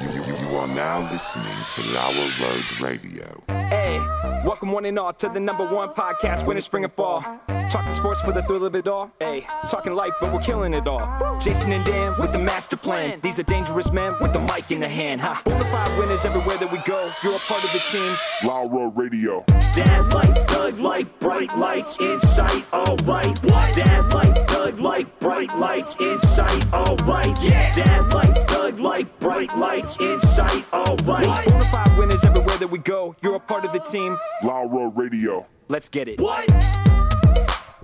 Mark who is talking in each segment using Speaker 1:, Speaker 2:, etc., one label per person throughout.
Speaker 1: You are now listening to Lower Road Radio.
Speaker 2: Hey, welcome one and all to the number one podcast, winter, spring, and fall. Talking sports for the thrill of it all. Hey, talking life, but we're killing it all. Jason and Dan with the master plan. These are dangerous men with the mic in the hand. Ha! Bonafide winners everywhere that we go. You're a part of the team.
Speaker 1: Laura Radio.
Speaker 2: Dad life, thug life, bright lights in sight, alright. What? Dad life, thug life, bright lights in sight, alright. Yeah. Dad life, thug life, bright lights in sight, alright. Bonafide winners everywhere that we go. You're a part of the team.
Speaker 1: Laura Radio.
Speaker 2: Let's get it.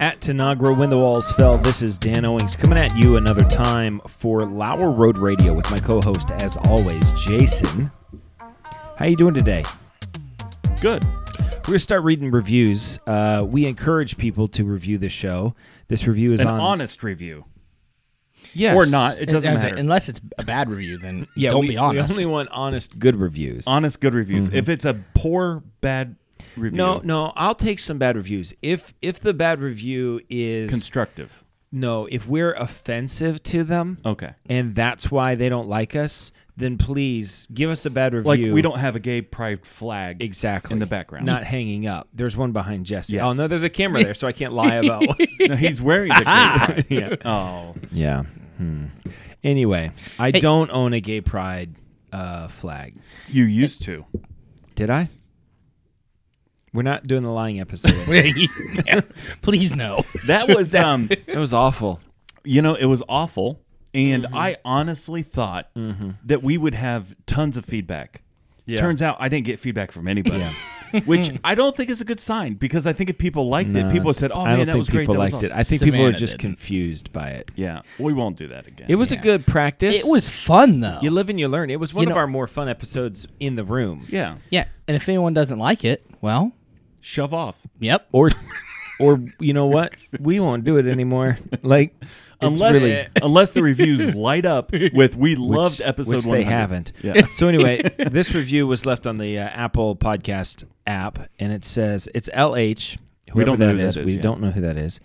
Speaker 3: At Tanagra, when the walls fell, this is Dan Owings coming at you another time for Lower Road Radio with my co-host, as always, Jason. How you doing today? Good. We're gonna start reading reviews. Uh, we encourage people to review the show. This review is
Speaker 4: an
Speaker 3: on
Speaker 4: honest review.
Speaker 3: yes.
Speaker 4: or not. It doesn't
Speaker 5: As-
Speaker 4: matter.
Speaker 5: unless it's a bad review, then
Speaker 3: Yeah,
Speaker 5: don't
Speaker 3: we,
Speaker 5: be honest.
Speaker 3: We only want honest, good reviews.
Speaker 4: honest good reviews. If it's a poor bad review,
Speaker 3: no, no, I'll take some bad reviews. If if the bad review is
Speaker 4: constructive.
Speaker 3: no, if we're offensive to them,
Speaker 4: Okay.
Speaker 3: and that's why they don't like us, then please give us a bad review.
Speaker 4: Like we don't have a gay pride flag
Speaker 3: exactly
Speaker 4: in the background.
Speaker 3: not hanging up. There's one behind Jesse.
Speaker 4: Yes.
Speaker 3: Oh no, there's a camera there, so I can't lie about.
Speaker 4: no, he's wearing the gay pride. Oh,
Speaker 3: yeah. Hmm. Anyway, I don't own a gay pride uh, flag.
Speaker 4: you used to.
Speaker 3: Did I? We're not doing the lying episode.
Speaker 5: Yeah. Please no.
Speaker 4: That was um.
Speaker 3: that was awful.
Speaker 4: you know, it was awful. And
Speaker 3: Mm-hmm.
Speaker 4: I honestly thought that we would have tons of feedback.
Speaker 3: Yeah.
Speaker 4: Turns out I didn't get feedback from anybody. Which I don't think is a good sign because I think if people liked it, people said, "Oh
Speaker 3: I
Speaker 4: man,
Speaker 3: don't
Speaker 4: that
Speaker 3: think
Speaker 4: was great."
Speaker 3: people
Speaker 4: that was
Speaker 3: liked it.
Speaker 4: awesome."
Speaker 3: I think people are
Speaker 5: Savannah
Speaker 3: just
Speaker 5: didn't.
Speaker 3: confused by it.
Speaker 4: yeah, we won't do that again.
Speaker 3: It was a good practice.
Speaker 5: It was fun though.
Speaker 3: You live and you learn. It was one
Speaker 5: You
Speaker 3: of
Speaker 5: know-
Speaker 3: our more fun episodes in the room.
Speaker 4: yeah,
Speaker 5: yeah, and if anyone doesn't like it, well,
Speaker 4: shove off.
Speaker 5: yep.
Speaker 3: Or, or you know what? We won't do it anymore. Like it's
Speaker 4: unless
Speaker 3: really-
Speaker 4: unless the reviews light up with "We Eh, loved
Speaker 3: which-
Speaker 4: episode
Speaker 3: which
Speaker 4: 100."
Speaker 3: they haven't.
Speaker 4: Yeah.
Speaker 3: So anyway, this review was left on the uh, Apple Podcast app, and it says it's LH. Whoever
Speaker 4: don't know
Speaker 3: that
Speaker 4: who that
Speaker 3: is.
Speaker 4: is,
Speaker 3: We
Speaker 4: yeah.
Speaker 3: don't know who that is.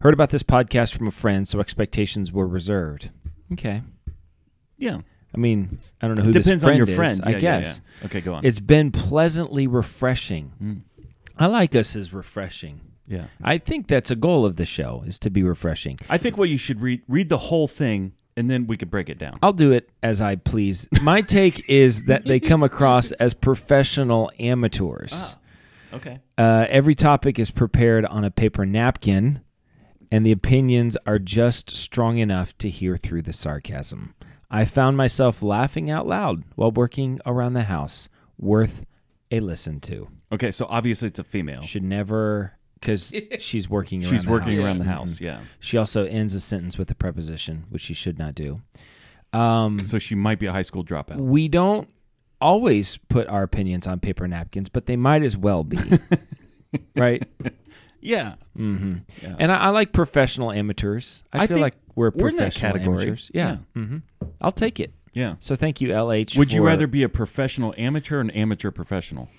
Speaker 3: Heard about this podcast from a friend, so expectations were reserved. Okay.
Speaker 4: Yeah,
Speaker 3: I mean, I don't know who this
Speaker 4: depends on your
Speaker 3: is,
Speaker 4: friend.
Speaker 3: I
Speaker 4: Yeah, yeah,
Speaker 3: guess
Speaker 4: yeah. Okay, go on.
Speaker 3: it's been pleasantly refreshing.
Speaker 4: Hmm.
Speaker 3: I like us as refreshing.
Speaker 4: yeah.
Speaker 3: I think that's a goal of the show is to be refreshing.
Speaker 4: I think what you should read read the whole thing, and then we could break it down.
Speaker 3: I'll do it as I please. My take is that they come across as professional amateurs.
Speaker 4: Ah. Okay.
Speaker 3: Uh, every topic is prepared on a paper napkin, and the opinions are just strong enough to hear through the sarcasm. I found myself laughing out loud while working around the house. Worth a listen to.
Speaker 4: Okay. So obviously it's a female.
Speaker 3: Should never, because she's working around
Speaker 4: She's
Speaker 3: the
Speaker 4: working
Speaker 3: house.
Speaker 4: around the
Speaker 3: Mhm.
Speaker 4: house. Yeah.
Speaker 3: She also ends a sentence with a preposition, which she should not do.
Speaker 4: So she might be a high school dropout.
Speaker 3: we don't always put our opinions on paper napkins, but they might as well be. right?
Speaker 4: Yeah.
Speaker 3: And I, I like professional amateurs. I,
Speaker 4: I
Speaker 3: feel
Speaker 4: think
Speaker 3: like we're
Speaker 4: we're in
Speaker 3: professional
Speaker 4: that category.
Speaker 3: amateurs. Yeah. hmm I'll take it.
Speaker 4: Yeah.
Speaker 3: So thank you, LH.
Speaker 4: Would you
Speaker 3: for-
Speaker 4: rather be a professional amateur or an amateur professional?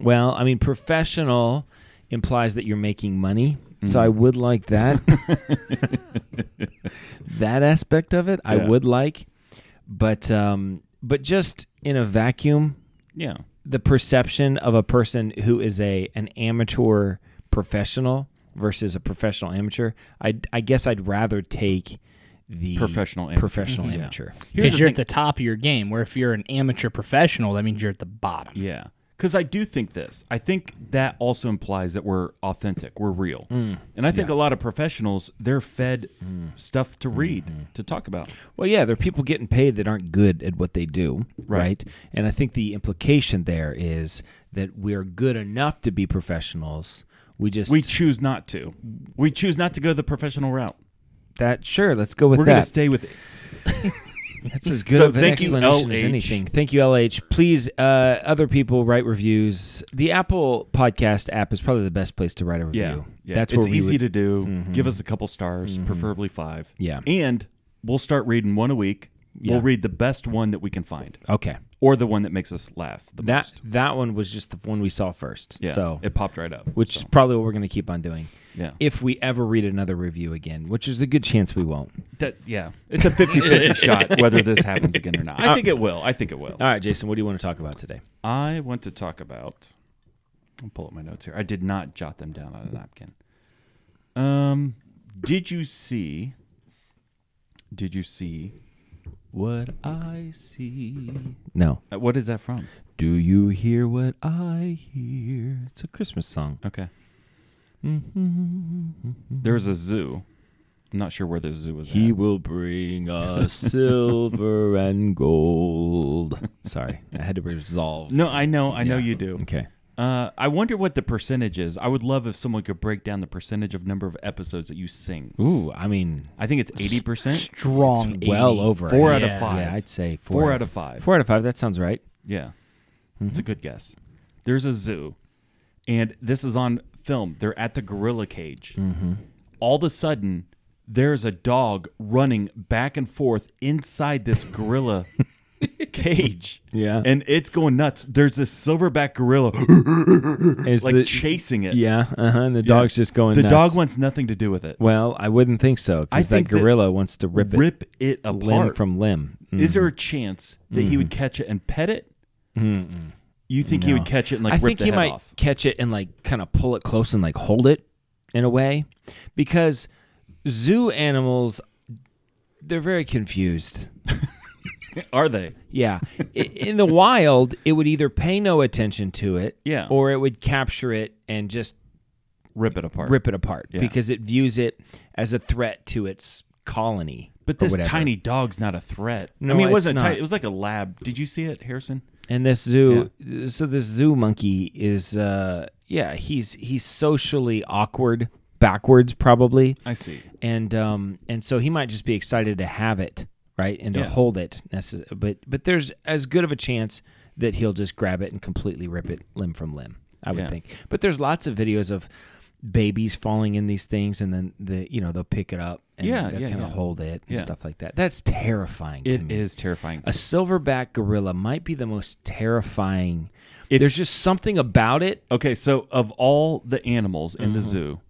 Speaker 3: Well, I mean, professional implies that you're making money. So I
Speaker 4: Mm-hmm.
Speaker 3: would like that. that aspect of it, I
Speaker 4: Yeah.
Speaker 3: would like. But um, but just in a vacuum,
Speaker 4: Yeah.
Speaker 3: the perception of a person who is a an amateur professional versus a professional amateur. I I guess I'd rather take the
Speaker 4: Professional amateur. Mm-hmm.
Speaker 3: professional amateur.
Speaker 4: Here's the
Speaker 5: Because you're
Speaker 4: thing-
Speaker 5: at the top of your game. Where if you're an amateur professional, that means you're at the bottom.
Speaker 4: Yeah. Because I do think this. I think that also implies that we're authentic, we're real.
Speaker 3: Mm.
Speaker 4: And I think a lot of professionals, they're fed stuff to read,
Speaker 3: Mm-hmm.
Speaker 4: to talk about.
Speaker 3: Well, yeah, there are people getting paid that aren't good at what they do, right. And I think the implication there is that we're good enough to be professionals. We just
Speaker 4: We choose not to. We choose not to go the professional route.
Speaker 3: that sure. Let's go with
Speaker 4: We're going
Speaker 3: that.
Speaker 4: to stay with
Speaker 3: That's as good
Speaker 4: So
Speaker 3: of an
Speaker 4: thank you,
Speaker 3: explanation as
Speaker 4: LH.
Speaker 3: anything. Thank you, LH. Please, uh, other people write reviews. The Apple Podcast app is probably the best place to write a review.
Speaker 4: Yeah. yeah.
Speaker 3: That's
Speaker 4: it's
Speaker 3: where we
Speaker 4: easy
Speaker 3: would, Mm-hmm.
Speaker 4: to do. Give us a couple stars, preferably five.
Speaker 3: Yeah.
Speaker 4: And we'll start reading one a week.
Speaker 3: Yeah.
Speaker 4: We'll read the best one that we can find.
Speaker 3: Okay,
Speaker 4: or the one that makes us laugh the
Speaker 3: That
Speaker 4: most.
Speaker 3: that one was just the one we saw first.
Speaker 4: Yeah,
Speaker 3: So
Speaker 4: it popped right up.
Speaker 3: which is probably what we're going to keep on doing.
Speaker 4: Yeah.
Speaker 3: If we ever read another review again, which is a good chance we won't.
Speaker 4: That, yeah, it's a 50-50 shot whether this happens again or not. I think it will. I think it will.
Speaker 3: All right, Jason, what do you want to talk about today?
Speaker 4: I want to talk about. I'll pull up my notes here. I did not jot them down on a napkin. Um, did you see? Did you see what I see?
Speaker 3: No.
Speaker 4: Uh, What is that from?
Speaker 3: Do you hear what I hear? It's a Christmas song.
Speaker 4: Okay. There's a zoo. I'm not sure where the zoo was.
Speaker 3: He
Speaker 4: at.
Speaker 3: will bring us silver and gold. Sorry, I had to resolve.
Speaker 4: No, I know, I know
Speaker 3: Yeah.
Speaker 4: you do.
Speaker 3: Okay.
Speaker 4: Uh, I wonder what the percentage is. I would love if someone could break down the percentage of number of episodes that you sing.
Speaker 3: Ooh, I mean,
Speaker 4: I think it's eighty percent.
Speaker 5: Strong.
Speaker 3: it's well
Speaker 5: 80.
Speaker 3: over
Speaker 4: Four out
Speaker 3: yeah.
Speaker 4: of five.
Speaker 3: Yeah, I'd say four,
Speaker 4: Four out of five.
Speaker 3: Four Mm-hmm. out of five. That sounds right.
Speaker 4: Yeah. It's a good guess. There's a zoo, and this is on film. They're at the gorilla cage.
Speaker 3: Mm-hmm.
Speaker 4: All of a sudden, there's a dog running back and forth inside this gorilla cage.
Speaker 3: Yeah.
Speaker 4: And it's going nuts. There's this silverback gorilla
Speaker 3: Is
Speaker 4: like
Speaker 3: the-
Speaker 4: chasing it.
Speaker 3: Yeah, uh huh. And the dog's just going.
Speaker 4: The
Speaker 3: nuts.
Speaker 4: dog wants nothing to do with it.
Speaker 3: Well, I wouldn't think so
Speaker 4: I
Speaker 3: because that
Speaker 4: think that-
Speaker 3: gorilla wants to rip it
Speaker 4: Rip it
Speaker 3: limb
Speaker 4: apart.
Speaker 3: from limb. Mm-hmm. Mm.
Speaker 4: Is there a chance that he would catch it and pet it? You think he would catch it and like
Speaker 3: I
Speaker 4: rip
Speaker 3: think
Speaker 4: the
Speaker 3: he
Speaker 4: head
Speaker 3: might
Speaker 4: off?
Speaker 3: catch it and like kind of pull it close and like hold it in a way because zoo animals they're very confused.
Speaker 4: Are they?
Speaker 3: Yeah. I- In the wild, it would either pay no attention to it
Speaker 4: Yeah.
Speaker 3: or it would capture it and just
Speaker 4: Rip it apart.
Speaker 3: rip it apart because it views it as a threat to its colony.
Speaker 4: But
Speaker 3: or
Speaker 4: this
Speaker 3: whatever.
Speaker 4: tiny dog's not a threat.
Speaker 3: No,
Speaker 4: I mean, it
Speaker 3: it's
Speaker 4: wasn't
Speaker 3: not.
Speaker 4: tiny. It was like a lab. Did you see it, Harrison?
Speaker 3: And this zoo, so this zoo monkey is, uh, yeah, he's he's socially awkward, backwards probably,
Speaker 4: I see.
Speaker 3: and um, and so he might just be excited to have it, right, and to
Speaker 4: Yeah.
Speaker 3: hold it. necess- But but there's as good of a chance that he'll just grab it and completely rip it limb from limb. I would
Speaker 4: Yeah.
Speaker 3: think. But there's lots of videos of babies falling in these things, and then the you know they'll pick it up and
Speaker 4: Yeah,
Speaker 3: they'll
Speaker 4: yeah,
Speaker 3: kind of
Speaker 4: yeah.
Speaker 3: hold it and
Speaker 4: Yeah.
Speaker 3: stuff like that. That's terrifying. to
Speaker 4: It
Speaker 3: me.
Speaker 4: is terrifying.
Speaker 3: A silverback gorilla might be the most terrifying. There's just something about it.
Speaker 4: Okay, so of all the animals in
Speaker 3: Mm-hmm.
Speaker 4: the zoo,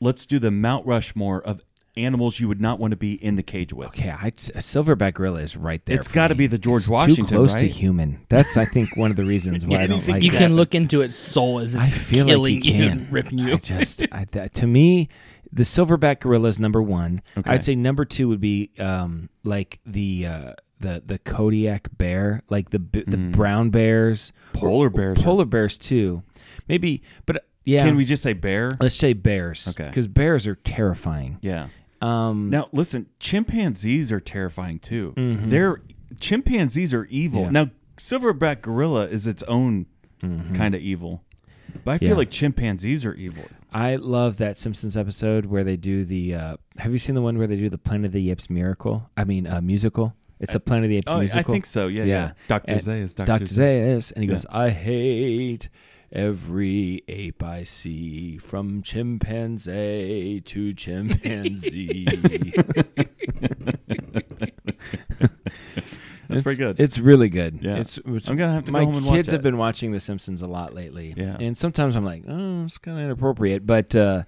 Speaker 4: let's do the Mount Rushmore of animals you would not want to be in the cage with.
Speaker 3: Okay, I, a silverback gorilla is right there.
Speaker 4: It's
Speaker 3: for
Speaker 4: got to
Speaker 3: me.
Speaker 4: be the George
Speaker 3: It's
Speaker 4: Washington,
Speaker 3: too close to
Speaker 4: right?
Speaker 3: human. That's I think one of the reasons why I don't
Speaker 4: Anything
Speaker 3: like.
Speaker 5: You
Speaker 3: it.
Speaker 5: can look into its soul as
Speaker 3: I
Speaker 5: it's
Speaker 3: feel like
Speaker 5: killing
Speaker 3: you
Speaker 5: you
Speaker 3: can
Speaker 5: and ripping you.
Speaker 3: I just I, that, to me, the silverback gorilla is number one. I'd say number two would be um, like the uh, the the Kodiak bear, like the b- the brown bears,
Speaker 4: Mm. Polar bears are-
Speaker 3: polar bears too. Maybe, but uh, yeah. Uh,
Speaker 4: Can we just say bear?
Speaker 3: Let's say bears.
Speaker 4: Okay.
Speaker 3: Because bears are terrifying.
Speaker 4: Yeah.
Speaker 3: Um, Mm-hmm.
Speaker 4: Now listen, chimpanzees are terrifying too. They're chimpanzees are evil.
Speaker 3: Yeah.
Speaker 4: Now silverback gorilla is its own kind of evil. But I feel
Speaker 3: Mm-hmm. Yeah.
Speaker 4: like chimpanzees are evil.
Speaker 3: I love that Simpsons episode where they do the. Uh, have you seen the one where they do the Planet of the Apes miracle? I mean, uh, musical. It's a Planet of the Apes
Speaker 4: Oh, I
Speaker 3: musical.
Speaker 4: think so. Yeah, yeah. Dr.
Speaker 3: And
Speaker 4: Zayas, Dr.
Speaker 3: Dr. Zayas, and he goes, "I hate every ape I see, from chimpanzee to chimpanzee."
Speaker 4: That's pretty good.
Speaker 3: It's really good.
Speaker 4: Yeah.
Speaker 3: It's, it's-
Speaker 4: I'm gonna have to
Speaker 3: My
Speaker 4: go home and
Speaker 3: kids
Speaker 4: watch that.
Speaker 3: have been watching The Simpsons a lot lately.
Speaker 4: Yeah.
Speaker 3: And sometimes I'm like, oh, it's kind of inappropriate, but uh,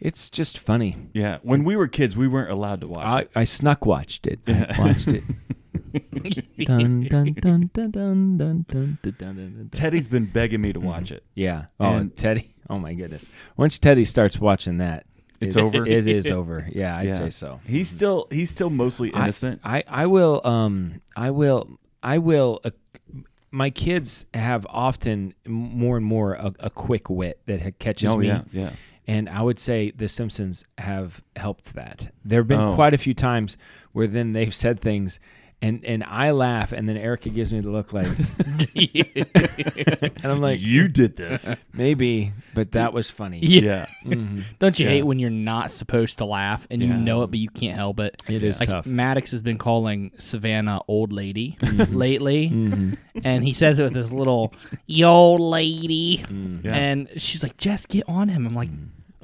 Speaker 3: it's just funny.
Speaker 4: yeah. When we were kids, we weren't allowed to watch
Speaker 3: I,
Speaker 4: it.
Speaker 3: I snuck watched it. I watched it. dun, dun, dun, dun, dun, dun, dun, dun, dun, dun, dun.
Speaker 4: Teddy's been begging me to watch it.
Speaker 3: Yeah. Oh,
Speaker 4: And-
Speaker 3: Teddy. Oh my goodness. Once Teddy starts watching that,
Speaker 4: It's over?
Speaker 3: It is over. Yeah, I'd
Speaker 4: Yeah.
Speaker 3: say so. Mm-hmm.
Speaker 4: He's still he's still mostly
Speaker 3: I-
Speaker 4: innocent.
Speaker 3: I, I, will um I will I will uh, my kids have often m- more and more a, a quick wit that ha- catches
Speaker 4: Oh,
Speaker 3: me.
Speaker 4: yeah, yeah.
Speaker 3: And I would say the Simpsons have helped that. There have been
Speaker 4: Oh.
Speaker 3: quite a few times where then they've said things and and I laugh and then Erica gives me the look like and I'm like
Speaker 4: you did this.
Speaker 3: maybe but that was funny.
Speaker 5: Yeah.
Speaker 4: yeah.
Speaker 5: Don't you hate when you're not supposed to laugh and you know it, but you can't help it? It
Speaker 3: is
Speaker 5: like
Speaker 3: tough.
Speaker 5: Maddox has been calling Savannah old lady lately, and he says it with this little "you old lady,"
Speaker 4: Yeah.
Speaker 5: and she's like, "Just get on him." I'm like,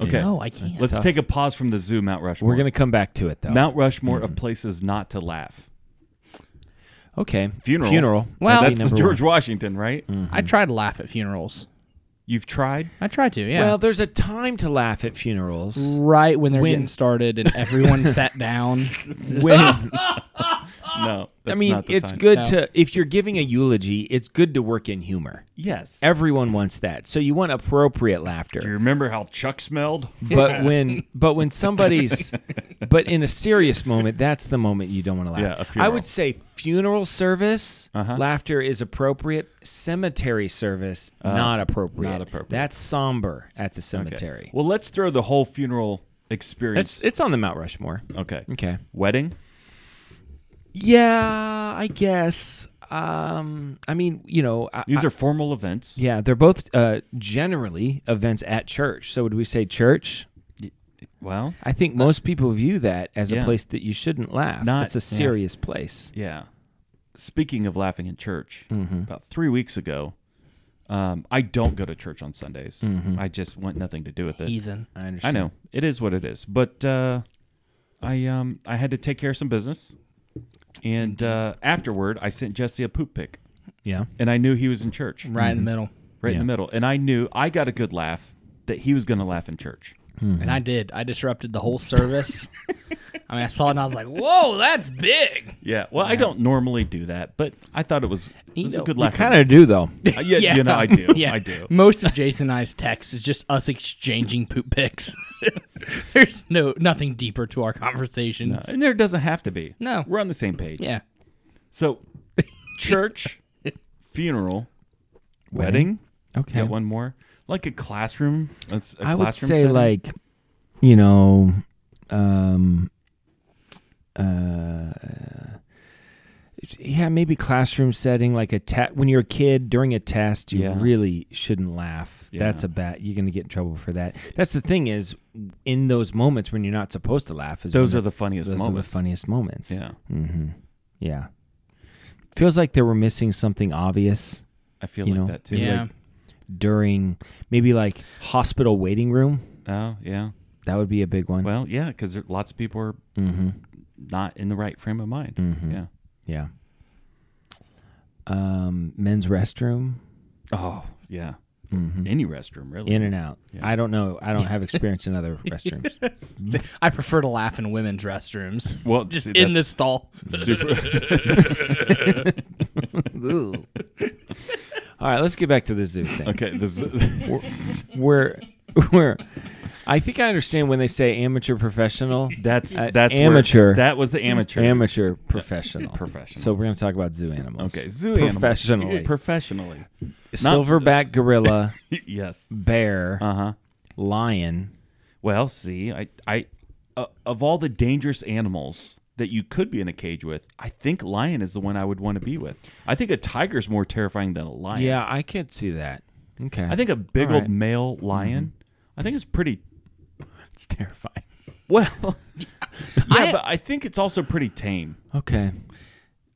Speaker 4: Okay.
Speaker 5: no, I can't."
Speaker 4: Let's take a pause from the zoo Mount Rushmore.
Speaker 3: We're going to come back to it though.
Speaker 4: Mount Rushmore of places not to laugh.
Speaker 3: Okay.
Speaker 4: Funeral.
Speaker 3: Funeral.
Speaker 5: Well-
Speaker 3: That'd be
Speaker 4: That's the
Speaker 3: number
Speaker 4: George
Speaker 3: one. Mm.
Speaker 4: Washington, right?
Speaker 5: I try to laugh at funerals.
Speaker 4: You've tried.
Speaker 5: I try to, yeah.
Speaker 3: Well, there's a time to laugh at funerals.
Speaker 5: right when they're
Speaker 3: when-
Speaker 5: getting started and everyone sat down.
Speaker 3: When
Speaker 4: No,
Speaker 3: I
Speaker 4: that's
Speaker 3: mean,
Speaker 4: not the
Speaker 3: it's
Speaker 4: time.
Speaker 3: good
Speaker 5: No.
Speaker 3: to if you're giving a eulogy, it's good to work in humor.
Speaker 4: Yes.
Speaker 3: Everyone wants that, so you want appropriate
Speaker 4: Do you
Speaker 3: laughter.
Speaker 4: remember how Chuck smelled?
Speaker 3: But when but when somebody's but in a serious moment, that's the moment you don't want to laugh.
Speaker 4: Yeah, a
Speaker 3: I
Speaker 4: funeral. Uh-huh.
Speaker 3: would say funeral service laughter is appropriate. Cemetery service not appropriate.
Speaker 4: Uh-huh. not appropriate.
Speaker 3: That's somber at the cemetery.
Speaker 4: Well, let's throw the whole funeral experience.
Speaker 3: it's it's on the Mount Rushmore.
Speaker 4: okay.
Speaker 3: Okay.
Speaker 4: Wedding.
Speaker 3: Yeah, I guess. Um, I mean, you know, I,
Speaker 4: These are formal events.
Speaker 3: Yeah, they're both uh, generally events at church. So would we say church?
Speaker 4: Well,
Speaker 3: I think most people view that as a
Speaker 4: yeah.
Speaker 3: place that you shouldn't laugh.
Speaker 4: Not-
Speaker 3: it's a
Speaker 4: yeah.
Speaker 3: serious place.
Speaker 4: yeah. Speaking of laughing in church,
Speaker 3: Mm-hmm.
Speaker 4: about three weeks ago, um, I don't go to church on Sundays.
Speaker 3: Mm-hmm.
Speaker 4: I just want nothing to do with it.
Speaker 5: Ethan.
Speaker 3: I
Speaker 4: I
Speaker 3: understand.
Speaker 4: know it is what it is, but uh, I um I had to take care of some business, and uh, afterward I sent Jesse a poop pic,
Speaker 3: Yeah.
Speaker 4: and I knew he was in church, right,
Speaker 5: Right in the middle.
Speaker 4: in the middle, and I knew I got a good laugh that he was going to laugh in church.
Speaker 5: And I did. I disrupted the whole service. I mean, I saw it and I was like, whoa, that's big.
Speaker 4: Yeah, well I don't normally do that, but I thought it was it
Speaker 5: You
Speaker 4: was a
Speaker 5: know,
Speaker 4: good
Speaker 5: you
Speaker 4: laugh.
Speaker 3: Kind of do though.
Speaker 4: Uh, yeah, you know I do,
Speaker 5: Yeah. Mm.
Speaker 4: I do.
Speaker 5: Most of Jason and I's text is just us exchanging poop pics. There's no nothing deeper to our conversations.
Speaker 4: Uh, And there doesn't have to be.
Speaker 5: No.
Speaker 4: we're on the same page.
Speaker 5: Yeah.
Speaker 4: So, church, funeral, wedding.
Speaker 3: Okay.
Speaker 4: Got one more. Like a classroom. That's a
Speaker 3: I would
Speaker 4: classroom
Speaker 3: say
Speaker 4: setting.
Speaker 3: like, you know, um, uh, yeah, maybe classroom setting, like a te- when you're a kid during a test, you
Speaker 4: Yeah.
Speaker 3: really shouldn't laugh.
Speaker 4: Yeah.
Speaker 3: That's a bad. You're gonna get in trouble for that. That's the thing is, in those moments when you're not supposed to laugh, is
Speaker 4: Those
Speaker 3: when
Speaker 4: are the funniest
Speaker 3: those
Speaker 4: moments.
Speaker 3: are the funniest moments.
Speaker 4: Yeah,
Speaker 3: Mm-hmm. yeah. Feels like they were missing something obvious
Speaker 4: I feel
Speaker 3: You
Speaker 4: like
Speaker 3: know,
Speaker 4: that too.
Speaker 5: Yeah.
Speaker 4: Like,
Speaker 3: during maybe like hospital waiting room.
Speaker 4: oh yeah.
Speaker 3: That would be a big one.
Speaker 4: Well, yeah, because lots of people are
Speaker 3: Mm-hmm.
Speaker 4: not in the right frame of mind. Yeah.
Speaker 3: Yeah. Um, men's restroom,
Speaker 4: Oh yeah. Any restroom really.
Speaker 3: Mm-hmm. in and out. I don't know. I don't have experience in other restrooms.
Speaker 5: I prefer to laugh in women's restrooms.
Speaker 4: well,
Speaker 5: Just
Speaker 4: see,
Speaker 5: in the
Speaker 4: that's
Speaker 5: stall.
Speaker 4: super.
Speaker 3: All right, let's get back to the zoo thing.
Speaker 4: okay. This
Speaker 3: We're we're. I think I understand when they say amateur professional.
Speaker 4: that's
Speaker 3: Uh,
Speaker 4: that's where-
Speaker 3: amateur.
Speaker 4: that was the amateur.
Speaker 3: amateur professional.
Speaker 4: Professional.
Speaker 3: So we're going to talk about zoo animals.
Speaker 4: Okay. Zoo animal.
Speaker 3: professionally.
Speaker 4: Professionally.
Speaker 3: Silverback gorilla,
Speaker 4: yes.
Speaker 3: bear,
Speaker 4: Uh huh.
Speaker 3: lion.
Speaker 4: Well, see, I, I, uh, of all the dangerous animals that you could be in a cage with, I think lion is the one I would want to be with. I think a tiger's more terrifying than a lion.
Speaker 3: Yeah, I could see that. Okay,
Speaker 4: I think a big
Speaker 3: All
Speaker 4: old
Speaker 3: right.
Speaker 4: male lion.
Speaker 3: Mm-hmm.
Speaker 4: I think it's pretty.
Speaker 3: it's terrifying.
Speaker 4: Well, yeah, but I think it's also pretty tame.
Speaker 3: Okay,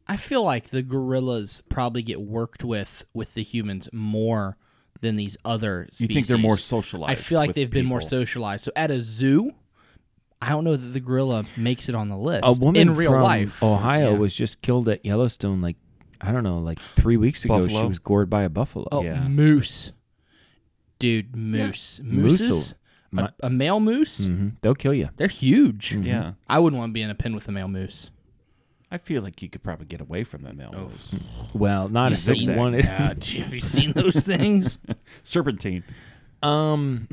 Speaker 5: I feel like the gorillas probably get worked with with the humans more than these other
Speaker 4: You
Speaker 5: species.
Speaker 4: think they're more
Speaker 5: I
Speaker 4: socialized
Speaker 5: feel like
Speaker 4: with
Speaker 5: they've been more
Speaker 4: people.
Speaker 5: socialized. So at a zoo, I don't know that the gorilla makes it on the list.
Speaker 3: a woman
Speaker 5: in real
Speaker 3: from
Speaker 5: life,
Speaker 3: Ohio
Speaker 5: Yeah.
Speaker 3: was just killed at Yellowstone. Like I don't know, like three weeks ago, she
Speaker 4: Buffalo?
Speaker 3: was gored by a buffalo.
Speaker 5: Oh,
Speaker 4: Yeah.
Speaker 5: moose, dude, moose, mooses,
Speaker 3: My-
Speaker 5: a, a male moose.
Speaker 3: Mhm. they'll kill you.
Speaker 5: They're huge.
Speaker 3: Mm-hmm.
Speaker 4: Yeah,
Speaker 5: I wouldn't want to be in a pen with a male moose.
Speaker 4: I feel like you could probably get away from
Speaker 3: Oh.
Speaker 4: the male. moose.
Speaker 3: Well, not
Speaker 5: You
Speaker 3: if they
Speaker 5: seen-
Speaker 3: wanted.
Speaker 5: Uh, dude, have you seen those things?
Speaker 4: Serpentine.
Speaker 3: Um,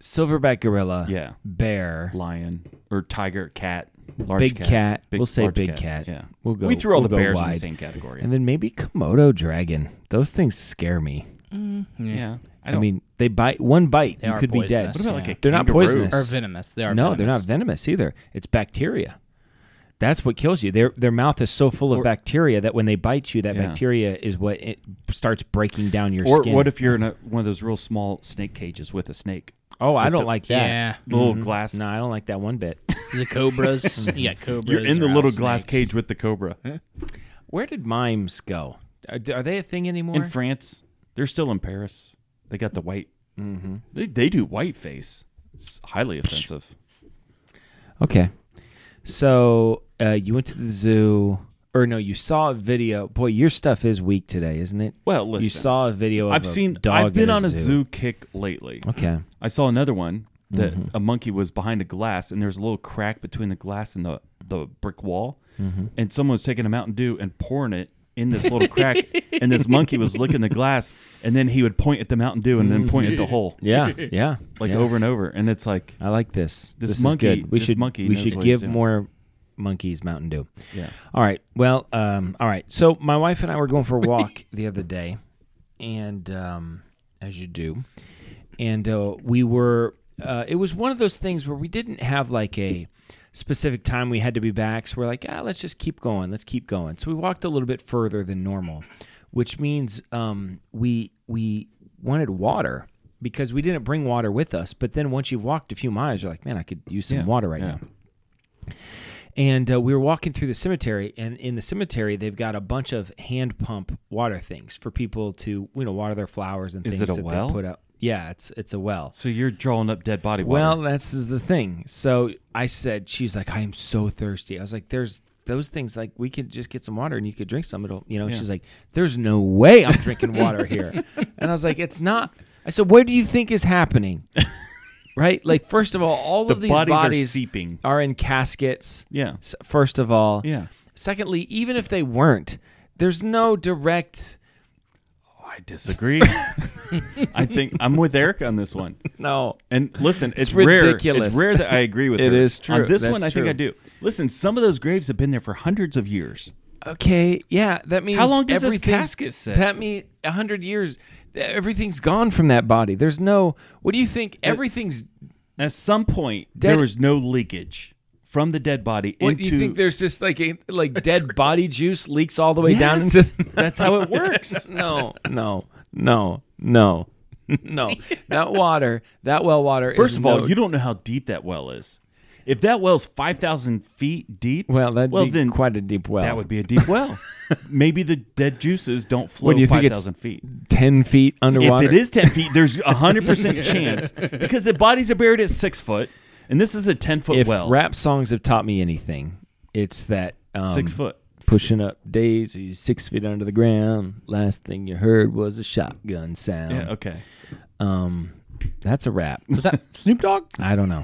Speaker 3: silverback gorilla.
Speaker 4: Yeah.
Speaker 3: bear.
Speaker 4: Lion or tiger, cat, large
Speaker 3: Big
Speaker 4: cat.
Speaker 3: cat.
Speaker 4: Big-
Speaker 3: We'll say
Speaker 4: large
Speaker 3: big cat.
Speaker 4: Yeah,
Speaker 3: We'll go-
Speaker 4: We threw all
Speaker 3: we'll
Speaker 4: the
Speaker 3: go
Speaker 4: bears in
Speaker 3: wide.
Speaker 4: the same category.
Speaker 3: and then maybe Komodo dragon. Those things scare me.
Speaker 4: yeah, I,
Speaker 3: I
Speaker 4: don't,
Speaker 3: mean, they bite one bite,
Speaker 5: They
Speaker 3: you
Speaker 5: are
Speaker 3: could be dead.
Speaker 5: poisonous, What about, like, yeah. a
Speaker 3: they're not
Speaker 4: kangaroo?
Speaker 3: poisonous.
Speaker 5: Or venomous. They are
Speaker 3: no,
Speaker 5: venomous.
Speaker 3: they're not venomous either. It's bacteria. That's what kills you. Their their mouth is so full of bacteria that when they bite you, that
Speaker 4: Yeah.
Speaker 3: bacteria is what it starts breaking down your
Speaker 4: Or
Speaker 3: skin.
Speaker 4: what if you're in a, one of those real small snake cages with a snake?
Speaker 3: oh, I don't like that.
Speaker 5: Yeah.
Speaker 4: Little
Speaker 3: Mm-hmm.
Speaker 4: glass.
Speaker 3: No, I don't like that one bit.
Speaker 5: The cobras. you got cobras.
Speaker 4: You're in the little glass
Speaker 5: rattlesnakes.
Speaker 4: cage with the cobra.
Speaker 3: Where did mimes go? Are, are they a thing anymore?
Speaker 4: In France, they're still in Paris. They got the white.
Speaker 3: Mm-hmm.
Speaker 4: They, they do white face. It's highly offensive.
Speaker 3: okay, so uh, you went to the zoo. or no, you saw a video. Boy, your stuff is weak today, isn't it?
Speaker 4: Well,
Speaker 3: you
Speaker 4: listen.
Speaker 3: saw a video. Of
Speaker 4: I've
Speaker 3: a
Speaker 4: seen.
Speaker 3: Dog
Speaker 4: I've been
Speaker 3: at
Speaker 4: on a zoo. kick lately.
Speaker 3: Okay.
Speaker 4: I saw another one that
Speaker 3: Mm-hmm.
Speaker 4: a monkey was behind a glass, and there's a little crack between the glass and the the brick wall,
Speaker 3: Mm-hmm.
Speaker 4: and someone was taking a Mountain Dew and pouring it in this little crack, and this monkey was licking the glass, and then he would point at the Mountain Dew and then point at the hole,
Speaker 3: Mm-hmm. Yeah, yeah.
Speaker 4: like
Speaker 3: yeah.
Speaker 4: over and over, and it's like,
Speaker 3: I like this.
Speaker 4: This
Speaker 3: is
Speaker 4: monkey-
Speaker 3: good. We
Speaker 4: this
Speaker 3: should
Speaker 4: monkey
Speaker 3: we
Speaker 4: knows
Speaker 3: should
Speaker 4: what he's
Speaker 3: give
Speaker 4: doing.
Speaker 3: more monkeys Mountain Dew.
Speaker 4: yeah,
Speaker 3: All right. Well, um, all right. So my wife and I were going for a walk the other day, and um, as you do, and uh, we were. Uh, it was one of those things where we didn't have like a specific time we had to be back. So we're like, ah, let's just keep going. Let's keep going. So we walked a little bit further than normal, which means um, we we wanted water because we didn't bring water with us. But then once you've walked a few miles, you're like, man, I could use some
Speaker 4: Yeah,
Speaker 3: water right
Speaker 4: yeah.
Speaker 3: now and uh, we were walking through the cemetery and in the cemetery they've got a bunch of hand pump water things for people to you know water their flowers and
Speaker 4: Is
Speaker 3: things
Speaker 4: it a
Speaker 3: that
Speaker 4: well?
Speaker 3: they put up yeah it's it's a well
Speaker 4: So you're drawing up dead body water.
Speaker 3: well that's is the thing so i said she's like i am so thirsty i was like there's those things like we could just get some water and you could drink some it'll you know and
Speaker 4: Yeah.
Speaker 3: she's like there's no way i'm drinking water here and i was like it's not i said what do you think is happening right like first of all all
Speaker 4: The
Speaker 3: of these
Speaker 4: bodies are seeping.
Speaker 3: seeping are in caskets
Speaker 4: yeah,
Speaker 3: s- first of all.
Speaker 4: yeah.
Speaker 3: Secondly, even if they weren't, there's no direct. "Oh,
Speaker 4: I disagree. I think I'm with Eric on this one.
Speaker 3: No.
Speaker 4: And listen, it's, Rare,
Speaker 3: ridiculous.
Speaker 4: it's rare that I agree with
Speaker 3: It
Speaker 4: her.
Speaker 3: is true.
Speaker 4: On this
Speaker 3: That's
Speaker 4: one, I think
Speaker 3: true.
Speaker 4: I do. Listen, some of those graves have been there for hundreds of years.
Speaker 3: Okay. Yeah. That means
Speaker 4: How long does this
Speaker 3: everything's-
Speaker 4: casket sit?
Speaker 3: That means a hundred years. th- Everything's gone from that body. There's no. What do you think? Everything's.
Speaker 4: At some point,
Speaker 3: Dead-
Speaker 4: there was no leakage from the dead body
Speaker 3: What
Speaker 4: into.
Speaker 3: do you think? There's just like a like dead body juice leaks all the way
Speaker 4: Yes,
Speaker 3: down into.
Speaker 4: that's how it works.
Speaker 3: no. No. No. No. No. That water. That well water. is
Speaker 4: First of all,
Speaker 3: no-
Speaker 4: you don't know how deep that well is. If that well's five thousand feet deep,
Speaker 3: Well, that'd
Speaker 4: well
Speaker 3: be
Speaker 4: then
Speaker 3: quite a deep well.
Speaker 4: that would be a deep well. Maybe the dead juices don't flow
Speaker 3: do you think
Speaker 4: five
Speaker 3: it's-
Speaker 4: thousand feet.
Speaker 3: ten feet underwater.
Speaker 4: If it is 10 feet, there's a 100% chance because the bodies are buried at six foot, and this is a 10 foot
Speaker 3: if
Speaker 4: well.
Speaker 3: rap songs have taught me anything, it's that um,
Speaker 4: six foot.
Speaker 3: pushing up daisies six feet under the ground. Last thing you heard was a shotgun sound.
Speaker 4: Yeah, okay.
Speaker 3: Um, that's a rap.
Speaker 5: Was that Snoop Dogg?
Speaker 3: I don't know.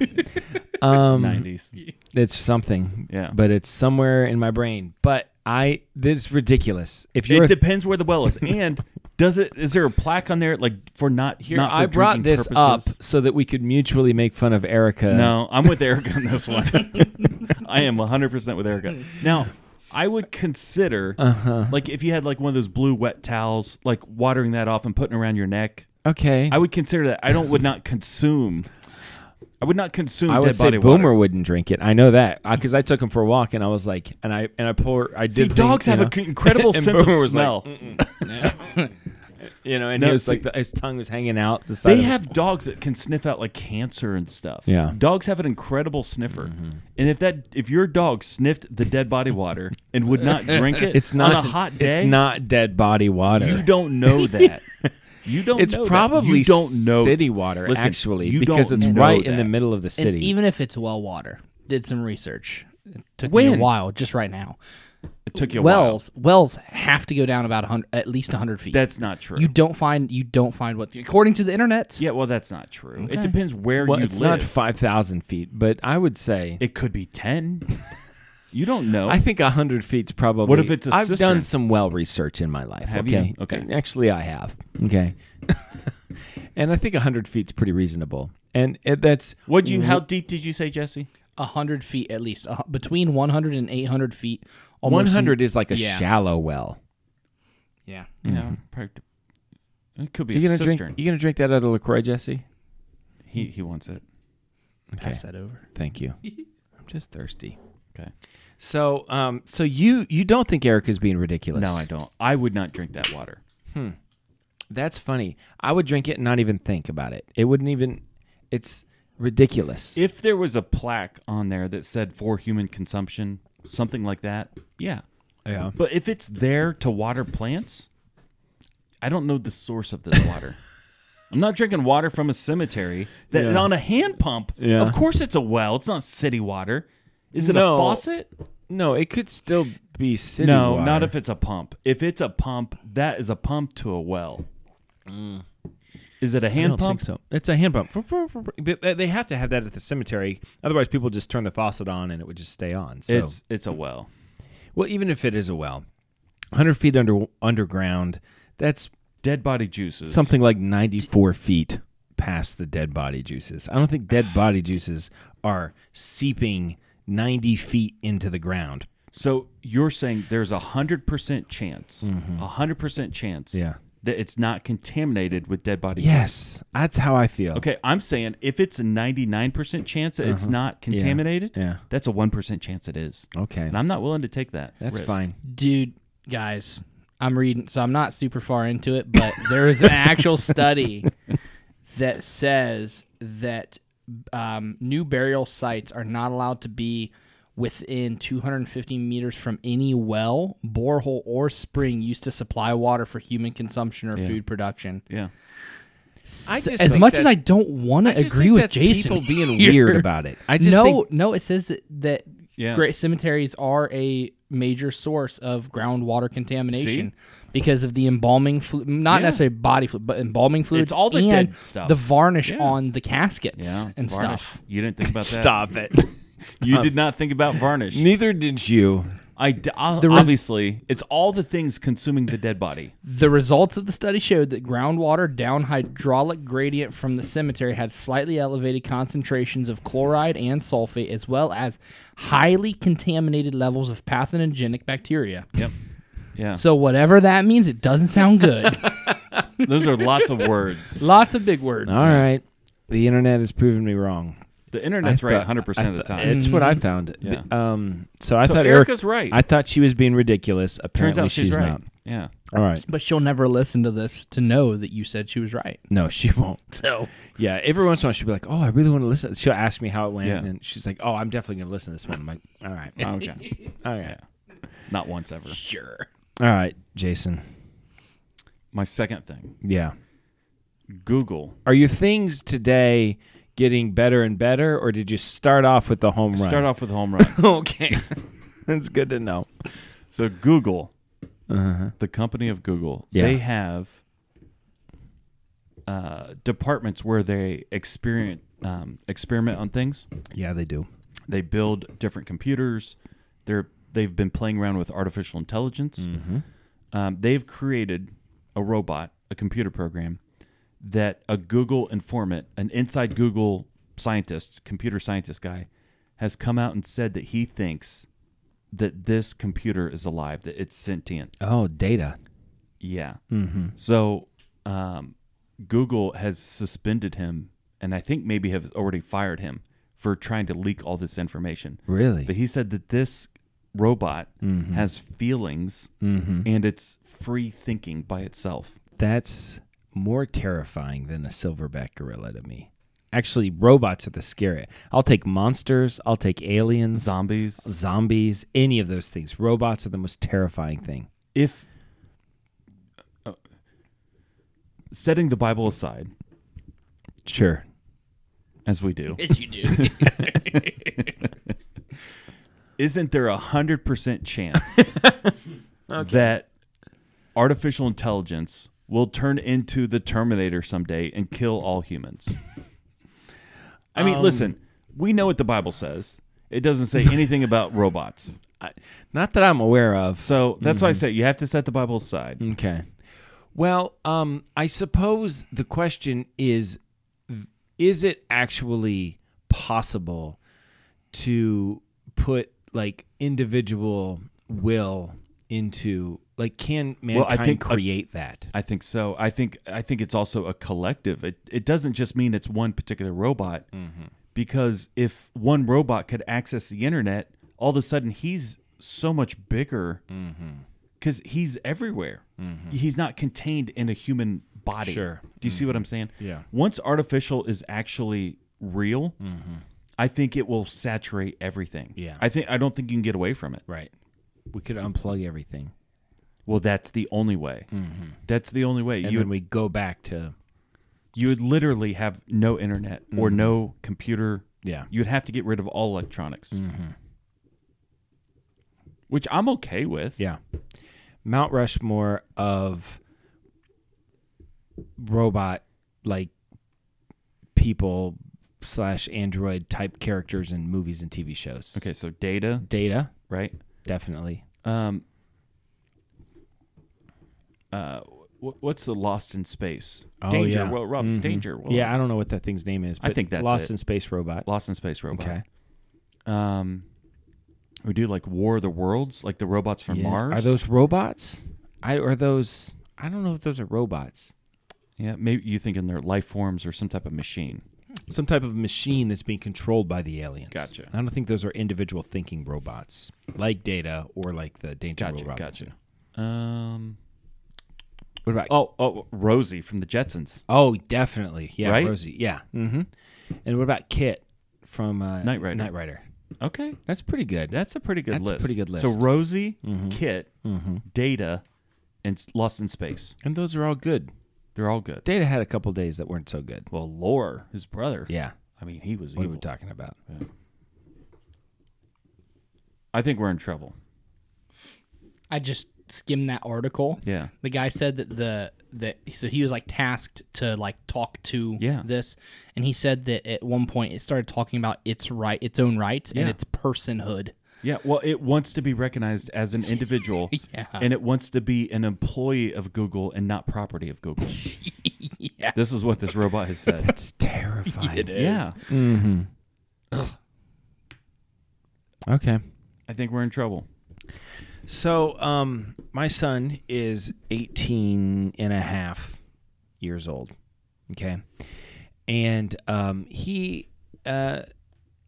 Speaker 3: um,
Speaker 4: 90s.
Speaker 3: It's something.
Speaker 4: Yeah.
Speaker 3: but it's somewhere in my brain. But I this is ridiculous. If you're
Speaker 4: It
Speaker 3: a-
Speaker 4: depends where the well is. And does it is there a plaque on there like for not
Speaker 3: here,
Speaker 4: not for
Speaker 3: I brought
Speaker 4: drinking
Speaker 3: this
Speaker 4: purposes?
Speaker 3: up so that we could mutually make fun of Erica.
Speaker 4: No, I'm with Erica on this one. I am 100% with Erica. Now, I would consider
Speaker 3: Uh-huh.
Speaker 4: like if you had like one of those blue wet towels, like watering that off and putting around your neck.
Speaker 3: Okay.
Speaker 4: I would consider that. I don't would not consume. I would not consume.
Speaker 3: I
Speaker 4: dead
Speaker 3: would say
Speaker 4: body
Speaker 3: Boomer
Speaker 4: water.
Speaker 3: wouldn't drink it. I know that because I took him for a walk and I was like, and I and I pour. I did.
Speaker 4: See,
Speaker 3: things,
Speaker 4: dogs
Speaker 3: you
Speaker 4: have
Speaker 3: know?
Speaker 4: an incredible
Speaker 3: And
Speaker 4: sense of
Speaker 3: Boomer was like, "Mm,
Speaker 4: smell.
Speaker 3: you know, and
Speaker 4: No,
Speaker 3: he was
Speaker 4: see-
Speaker 3: like the, his tongue was hanging out. The side
Speaker 4: they
Speaker 3: of-
Speaker 4: have dogs that can sniff out like cancer and stuff.
Speaker 3: Yeah. Mm-hmm.
Speaker 4: dogs have an incredible sniffer, and if that if your dog sniffed the dead body water and would not drink it,
Speaker 3: It's not
Speaker 4: on a hot day.
Speaker 3: It's not dead body water.
Speaker 4: You don't know that. You don't.
Speaker 3: it's
Speaker 4: know that.
Speaker 3: probably
Speaker 4: you don't know
Speaker 3: city water
Speaker 4: Listen,
Speaker 3: actually
Speaker 4: you
Speaker 3: because
Speaker 4: don't
Speaker 3: it's
Speaker 4: know
Speaker 3: right in
Speaker 4: that.
Speaker 3: the middle of the
Speaker 5: And
Speaker 3: city.
Speaker 5: even if it's well water, did some research. It took me
Speaker 4: When?
Speaker 5: a while, just right now.
Speaker 4: It took you a while.
Speaker 5: wells wells have to go down about 100 at least 100 feet
Speaker 4: That's not true.
Speaker 5: you don't find you don't find what according to the internet
Speaker 4: yeah, well, that's not true. It depends where
Speaker 3: well,
Speaker 4: you
Speaker 3: it's
Speaker 4: live.
Speaker 3: not five thousand feet, but I would say
Speaker 4: it could be ten. you don't know.
Speaker 3: I think hundred feet's probably.
Speaker 4: What if it's a
Speaker 3: I've
Speaker 4: cistern?
Speaker 3: done some well research in my life.
Speaker 4: Have you?
Speaker 3: okay,
Speaker 4: Okay.
Speaker 3: Actually, I have. Okay, and I think hundred feet's pretty reasonable, and it, that's
Speaker 4: What you? How deep did you say, Jesse?
Speaker 5: 100 feet at least uh, between 100 and 800 feet almost
Speaker 3: one hundred is like a
Speaker 5: yeah.
Speaker 3: shallow well.
Speaker 5: yeah
Speaker 4: You know, probably, it could be
Speaker 3: Mm-hmm. You
Speaker 4: a
Speaker 3: gonna
Speaker 4: cistern.
Speaker 3: drink? You gonna drink that other Lacroix, Jesse?
Speaker 4: he he wants it.
Speaker 5: pass that over
Speaker 3: Thank you. I'm just thirsty.
Speaker 4: Okay.
Speaker 3: So, um, so you you don't think Erica's being ridiculous?
Speaker 4: No, I don't. I would not drink that water.
Speaker 3: That's funny. I would drink it and not even think about it. It wouldn't even. It's ridiculous.
Speaker 4: If there was a plaque on there that said for human consumption, something like that, yeah.
Speaker 3: yeah.
Speaker 4: But if it's there to water plants, I don't know the source of this water. I'm not drinking water from a cemetery that
Speaker 3: Yeah.
Speaker 4: on a hand pump.
Speaker 3: Yeah.
Speaker 4: Of course it's a well. It's not city water. Is it
Speaker 3: No.
Speaker 4: a faucet?
Speaker 3: No, it could still be city.
Speaker 4: No,
Speaker 3: wire.
Speaker 4: not if it's a pump. If it's a pump, that is a pump to a well. Is it a
Speaker 3: Mm. I
Speaker 4: hand
Speaker 3: don't
Speaker 4: pump?
Speaker 3: think so. It's a hand pump. But They they have to have that at the cemetery, otherwise people just turn the faucet on and it would just stay on. So,
Speaker 4: It's it's a well.
Speaker 3: well, even if it is a well, hundred feet under underground, that's
Speaker 4: Dead body juices.
Speaker 3: something like ninety four feet past the dead body juices. I don't think dead body juices are seeping ninety feet into the ground.
Speaker 4: So you're saying there's a hundred percent chance, a 100 percent chance,
Speaker 3: Mm-hmm. Yeah.
Speaker 4: that it's not contaminated with dead body.
Speaker 3: Yes, that's how I feel.
Speaker 4: Okay, I'm saying if it's a 99 percent chance that it's not contaminated,
Speaker 3: Uh-huh. Yeah.
Speaker 4: that's a one percent chance it is.
Speaker 3: Okay.
Speaker 4: and I'm not willing to take that.
Speaker 3: that's
Speaker 4: risk.
Speaker 3: fine.
Speaker 5: dude guys i'm reading so i'm not super far into it but there is an actual study that says that um, new burial sites are not allowed to be within 250 meters from any well borehole or spring used to supply water for human consumption or food production
Speaker 4: Yeah,
Speaker 3: I just
Speaker 5: as
Speaker 3: think
Speaker 5: much
Speaker 3: that-
Speaker 5: as i don't want to
Speaker 3: I just
Speaker 5: agree
Speaker 3: think
Speaker 5: with
Speaker 3: that's
Speaker 5: jason
Speaker 3: People being
Speaker 5: here.
Speaker 3: weird about it. I just
Speaker 5: no,
Speaker 3: think
Speaker 5: no. It says that that
Speaker 4: Yeah.
Speaker 5: great cemeteries are a major source of groundwater contamination because of the embalming fluid, not
Speaker 4: Yeah.
Speaker 5: necessarily body fluid, but embalming fluids.
Speaker 4: all the
Speaker 5: and
Speaker 4: dead stuff.
Speaker 5: The varnish
Speaker 4: Yeah.
Speaker 5: on the caskets
Speaker 4: yeah,
Speaker 5: and
Speaker 4: varnish.
Speaker 5: stuff.
Speaker 4: You didn't think about that.
Speaker 3: Stop it. Um,
Speaker 4: You did not think about varnish.
Speaker 3: Neither did you.
Speaker 4: I d- o-
Speaker 5: res-
Speaker 4: obviously it's all the things consuming the dead body.
Speaker 5: The results of the study showed that groundwater down hydraulic gradient from the cemetery had slightly elevated concentrations of chloride and sulfate, as well as highly contaminated levels of pathogenic bacteria.
Speaker 4: Yep. Yeah.
Speaker 5: So whatever that means, it doesn't sound good.
Speaker 4: Those are lots of words.
Speaker 5: Lots of big words.
Speaker 3: All right. The internet has proven me wrong.
Speaker 4: The internet's
Speaker 3: I
Speaker 4: right
Speaker 3: thought-
Speaker 4: 100 percent of the
Speaker 3: I-
Speaker 4: time.
Speaker 3: It's what I found.
Speaker 4: Yeah.
Speaker 3: Um, so I
Speaker 4: So
Speaker 3: thought
Speaker 4: Erica's right.
Speaker 3: I thought she was being ridiculous.
Speaker 4: Turns
Speaker 3: Apparently
Speaker 4: out she's, right.
Speaker 3: not.
Speaker 4: Yeah.
Speaker 3: All right.
Speaker 5: But she'll never listen to this to know that you said she was right.
Speaker 3: No, she won't.
Speaker 5: So
Speaker 3: Yeah. Every once in a while, she'll be like, "Oh, I really want to listen." She'll ask me how it went,
Speaker 4: Yeah.
Speaker 3: and she's like, "Oh, I'm definitely going to listen to this one." I'm like, "All right,
Speaker 4: Okay.
Speaker 3: all right,
Speaker 4: Not once ever.
Speaker 5: sure.
Speaker 3: all right, Jason."
Speaker 4: My second thing.
Speaker 3: Yeah.
Speaker 4: Google.
Speaker 3: Are your things today getting better and better, or did you start off with the home run?
Speaker 4: Start off with a home run.
Speaker 3: okay. That's good to know.
Speaker 4: so Google, the company of Google,
Speaker 3: Uh-huh. Yeah.
Speaker 4: they have uh, departments where they experiment um, experiment on things.
Speaker 3: Yeah, they do.
Speaker 4: they build different computers. They're they've been playing around with artificial intelligence. Um, they've created a robot, a computer program that a Google informant, an inside Google scientist, computer scientist guy, has come out and said that he thinks that this computer is alive, that it's sentient.
Speaker 3: Oh, data.
Speaker 4: Yeah. Mm-hmm. So um, Google has suspended him, and I think maybe have already fired him for trying to leak all this information.
Speaker 3: Really?
Speaker 4: But he said that this robot has feelings and it's free thinking by itself.
Speaker 3: That's more terrifying than a silverback gorilla to me. Actually, robots are the scary. I'll take monsters. I'll take aliens,
Speaker 4: Zombies.
Speaker 3: zombies, any of those things. Robots are the most terrifying thing.
Speaker 4: If uh, setting the Bible aside,
Speaker 3: Sure.
Speaker 4: as we do,
Speaker 5: Yes, you do.
Speaker 4: isn't there a hundred percent chance that artificial intelligence will turn into the Terminator someday and kill all humans? I mean, listen, we know what the Bible says. It doesn't say anything about robots.
Speaker 3: Not that I'm aware of.
Speaker 4: So that's why I
Speaker 3: Mm-hmm.
Speaker 4: say you have to set the Bible aside.
Speaker 3: Okay. Well, um, I suppose the question is is it actually possible to put like individual will into like can mankind
Speaker 4: think uh, a-
Speaker 3: create that?
Speaker 4: I think so. I think I think it's also a collective. It it doesn't just mean it's one particular robot.
Speaker 3: Mm-hmm.
Speaker 4: Because if one robot could access the internet, all of a sudden he's so much bigger
Speaker 3: Mm-hmm.
Speaker 4: because he's everywhere. He's not contained in a human body.
Speaker 3: Sure. Mm-hmm.
Speaker 4: Do you see what I'm saying?
Speaker 3: Yeah.
Speaker 4: Once artificial is actually real, I think it will saturate everything.
Speaker 3: Mm-hmm. Yeah.
Speaker 4: I think I don't think you can get away from it.
Speaker 3: Right. We could unplug everything.
Speaker 4: Well, that's the only way. That's the only way.
Speaker 3: Mm-hmm. And
Speaker 4: you
Speaker 3: then we go back to
Speaker 4: you would literally have no internet
Speaker 3: Mm-hmm.
Speaker 4: or no computer.
Speaker 3: Yeah. Mm-hmm.
Speaker 4: You would have to get rid of all electronics. which I'm okay with.
Speaker 3: Yeah. Mount Rushmore of robot like people slash android type characters in movies and TV shows.
Speaker 4: Okay, so Data,
Speaker 3: Data,
Speaker 4: right?
Speaker 3: definitely.
Speaker 4: Um, uh, wh- what's the Lost in Space?
Speaker 3: Oh,
Speaker 4: danger,
Speaker 3: yeah.
Speaker 4: Well, Rob, Danger. Well,
Speaker 3: yeah, I don't know what that thing's name is.
Speaker 4: Mm-hmm. I
Speaker 3: But
Speaker 4: think that's
Speaker 3: Lost
Speaker 4: it.
Speaker 3: in Space Robot.
Speaker 4: Lost in Space robot.
Speaker 3: Okay.
Speaker 4: Um, we do like War of the Worlds, like the robots from
Speaker 3: Yeah.
Speaker 4: Mars.
Speaker 3: Are those robots? I are those I don't know if those are robots.
Speaker 4: Yeah, maybe you thinking they're life forms or some type of machine.
Speaker 3: Some type of machine that's being controlled by the aliens.
Speaker 4: Gotcha.
Speaker 3: I don't think those are individual thinking robots like Data or like the Danger
Speaker 4: Gotcha,
Speaker 3: Robot.
Speaker 4: gotcha. Um,
Speaker 3: What about
Speaker 4: oh, oh, Rosie from the Jetsons,
Speaker 3: Oh, definitely. Yeah,
Speaker 4: Right?
Speaker 3: Rosie. Yeah. Mm-hmm. And what about Kit from uh,
Speaker 4: Knight Rider.
Speaker 3: Knight Rider.
Speaker 4: Okay,
Speaker 3: That's pretty good.
Speaker 4: that's a pretty good
Speaker 3: That's a
Speaker 4: list.
Speaker 3: pretty good
Speaker 4: So
Speaker 3: list. Mm-hmm.
Speaker 4: Rosie, Kit, Data, and S- Lost in Space.
Speaker 3: and those are all good.
Speaker 4: They're all good.
Speaker 3: Data had a couple days that weren't so good.
Speaker 4: Well, Lore, his brother.
Speaker 3: Yeah.
Speaker 4: I mean, he was
Speaker 3: What
Speaker 4: evil.
Speaker 3: are we talking about?
Speaker 4: I think we're in trouble.
Speaker 5: I just skimmed that article.
Speaker 4: Yeah.
Speaker 5: The guy said that the that so he was like tasked to like talk to
Speaker 4: Yeah.
Speaker 5: this, and he said that at one point it started talking about its right, its own rights,
Speaker 4: Yeah.
Speaker 5: and its personhood.
Speaker 4: Yeah, well, it wants to be recognized as an individual,
Speaker 5: Yeah.
Speaker 4: and it wants to be an employee of Google and not property of Google.
Speaker 5: Yeah.
Speaker 4: This is what this robot has said.
Speaker 3: That's terrifying.
Speaker 4: yeah,
Speaker 3: Okay.
Speaker 4: I think we're in trouble.
Speaker 3: So, um, my son is 18 and a half years old. Okay. And um, he, uh,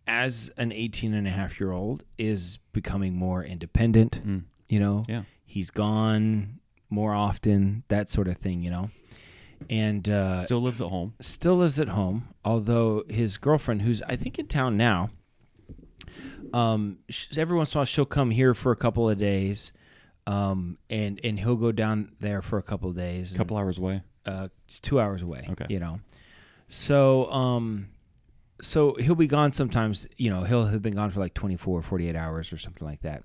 Speaker 3: as an 18 and a half year old, is becoming more independent. You know,
Speaker 4: Yeah.
Speaker 3: he's gone more often, that sort of thing, you know. And uh,
Speaker 4: Still lives at home.
Speaker 3: still lives at home, although his girlfriend, who's I think in town now, um, sh every once in a while she'll come here for a couple of days, um, and and he'll go down there for a couple of days.
Speaker 4: A couple hours away.
Speaker 3: uh, it's two hours away.
Speaker 4: Okay.
Speaker 3: you know, so um, so he'll be gone sometimes. You know, he'll have been gone for like 24, 48 hours or something like that,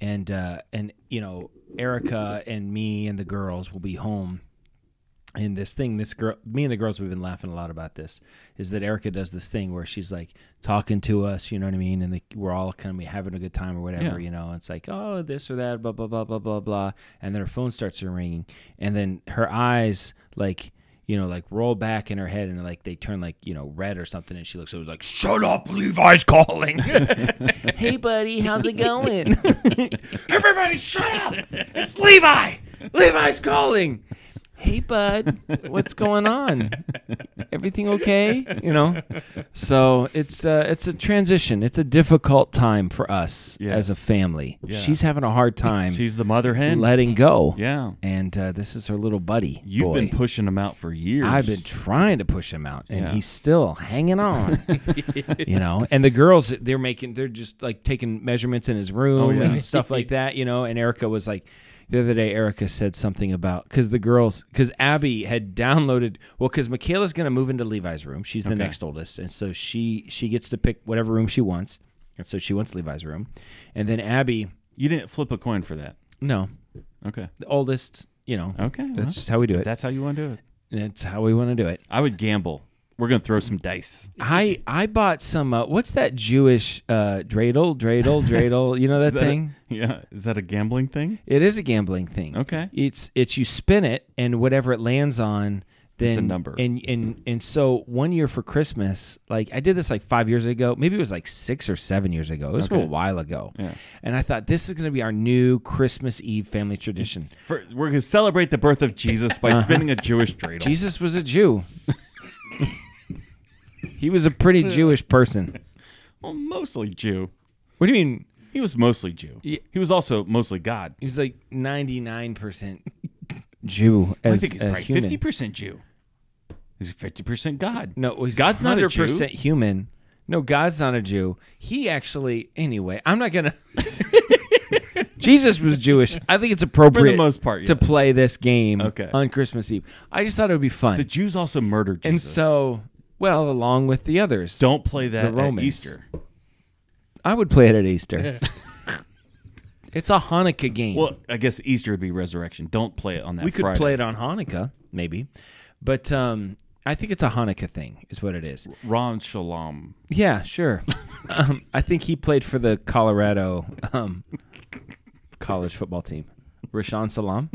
Speaker 3: and uh, and you know, Erica and me and the girls will be home and this thing this girl me and the girls we've been laughing a lot about this is that erica does this thing where she's like talking to us you know what i mean and the, we're all kind of having a good time or whatever
Speaker 4: Yeah.
Speaker 3: you know and it's like oh this or that blah blah blah blah blah blah and then her phone starts to ring and then her eyes like you know like roll back in her head and like they turn like you know red or something and she looks over like shut up levi's calling hey buddy how's it going everybody shut up it's levi levi's calling hey bud what's going on everything okay you know so it's uh, it's a transition it's a difficult time for us as a
Speaker 4: Yes.
Speaker 3: family
Speaker 4: Yeah.
Speaker 3: she's having a hard time
Speaker 4: She's the mother hen.
Speaker 3: letting go
Speaker 4: yeah,
Speaker 3: and uh, this is her little buddy
Speaker 4: you've
Speaker 3: boy.
Speaker 4: been pushing him out for years.
Speaker 3: I've been trying to push him out, and
Speaker 4: Yeah.
Speaker 3: he's still hanging on. you know, and the girls they're making they're just like taking measurements in his room
Speaker 4: Oh, yeah.
Speaker 3: and stuff like that. You know, and Erica was like. The other day, Erica said something about because the girls, because Abby had downloaded. Well, because Michaela's gonna move into Levi's room. She's the next oldest, and so she she gets to pick whatever room she wants, and so she wants Levi's room. And then Abby,
Speaker 4: You didn't flip a coin for that.
Speaker 3: no,
Speaker 4: Okay.
Speaker 3: the oldest, you know,
Speaker 4: Okay. well,
Speaker 3: that's just how we do it.
Speaker 4: that's how you want to do it.
Speaker 3: that's how we want to do it.
Speaker 4: I would gamble. We're gonna throw some dice.
Speaker 3: I I bought some. Uh, what's that Jewish uh, dreidel, dreidel, dreidel? You know that
Speaker 4: Is that a-
Speaker 3: thing?
Speaker 4: yeah. Is that a gambling thing?
Speaker 3: It is a gambling thing.
Speaker 4: Okay.
Speaker 3: It's it's you spin it and whatever it lands on, then
Speaker 4: a number.
Speaker 3: And and and so one year for Christmas, like I did this like five years ago. Maybe it was like six or seven years ago. It was a
Speaker 4: Okay.
Speaker 3: while ago.
Speaker 4: Yeah.
Speaker 3: And I thought this is going to be our new Christmas Eve family tradition.
Speaker 4: For, we're gonna celebrate the birth of Jesus by spinning a Jewish dreidel.
Speaker 3: Uh-huh. Jesus was a Jew. he was a pretty Jewish person.
Speaker 4: Well, mostly Jew.
Speaker 3: What do you mean?
Speaker 4: He was mostly Jew.
Speaker 3: Ye-
Speaker 4: He was also mostly God.
Speaker 3: He was like ninety nine percent Jew as
Speaker 4: I think he's
Speaker 3: a
Speaker 4: probably
Speaker 3: human.
Speaker 4: fifty percent Jew. He's fifty percent God.
Speaker 3: no, he's
Speaker 4: God's not a Jew.
Speaker 3: percent human. No, God's not a Jew. He actually, anyway, I'm not gonna. Jesus was Jewish. I think it's appropriate
Speaker 4: most part,
Speaker 3: to
Speaker 4: yes.
Speaker 3: play this game
Speaker 4: Okay.
Speaker 3: on Christmas Eve. I just thought it would be fun,
Speaker 4: The Jews also murdered Jesus.
Speaker 3: and so well, along with the others,
Speaker 4: don't play that at
Speaker 3: Romans.
Speaker 4: Easter.
Speaker 3: I would play it at Easter. It's a Hanukkah game.
Speaker 4: Well, I guess Easter would be resurrection. Don't play it on that.
Speaker 3: we could
Speaker 4: Friday.
Speaker 3: play it on Hanukkah, maybe, but um, I think it's a Hanukkah thing, is what it is.
Speaker 4: Ron Shalom.
Speaker 3: Yeah, sure. um, I think he played for the Colorado um, college football team. Rashawn Salam.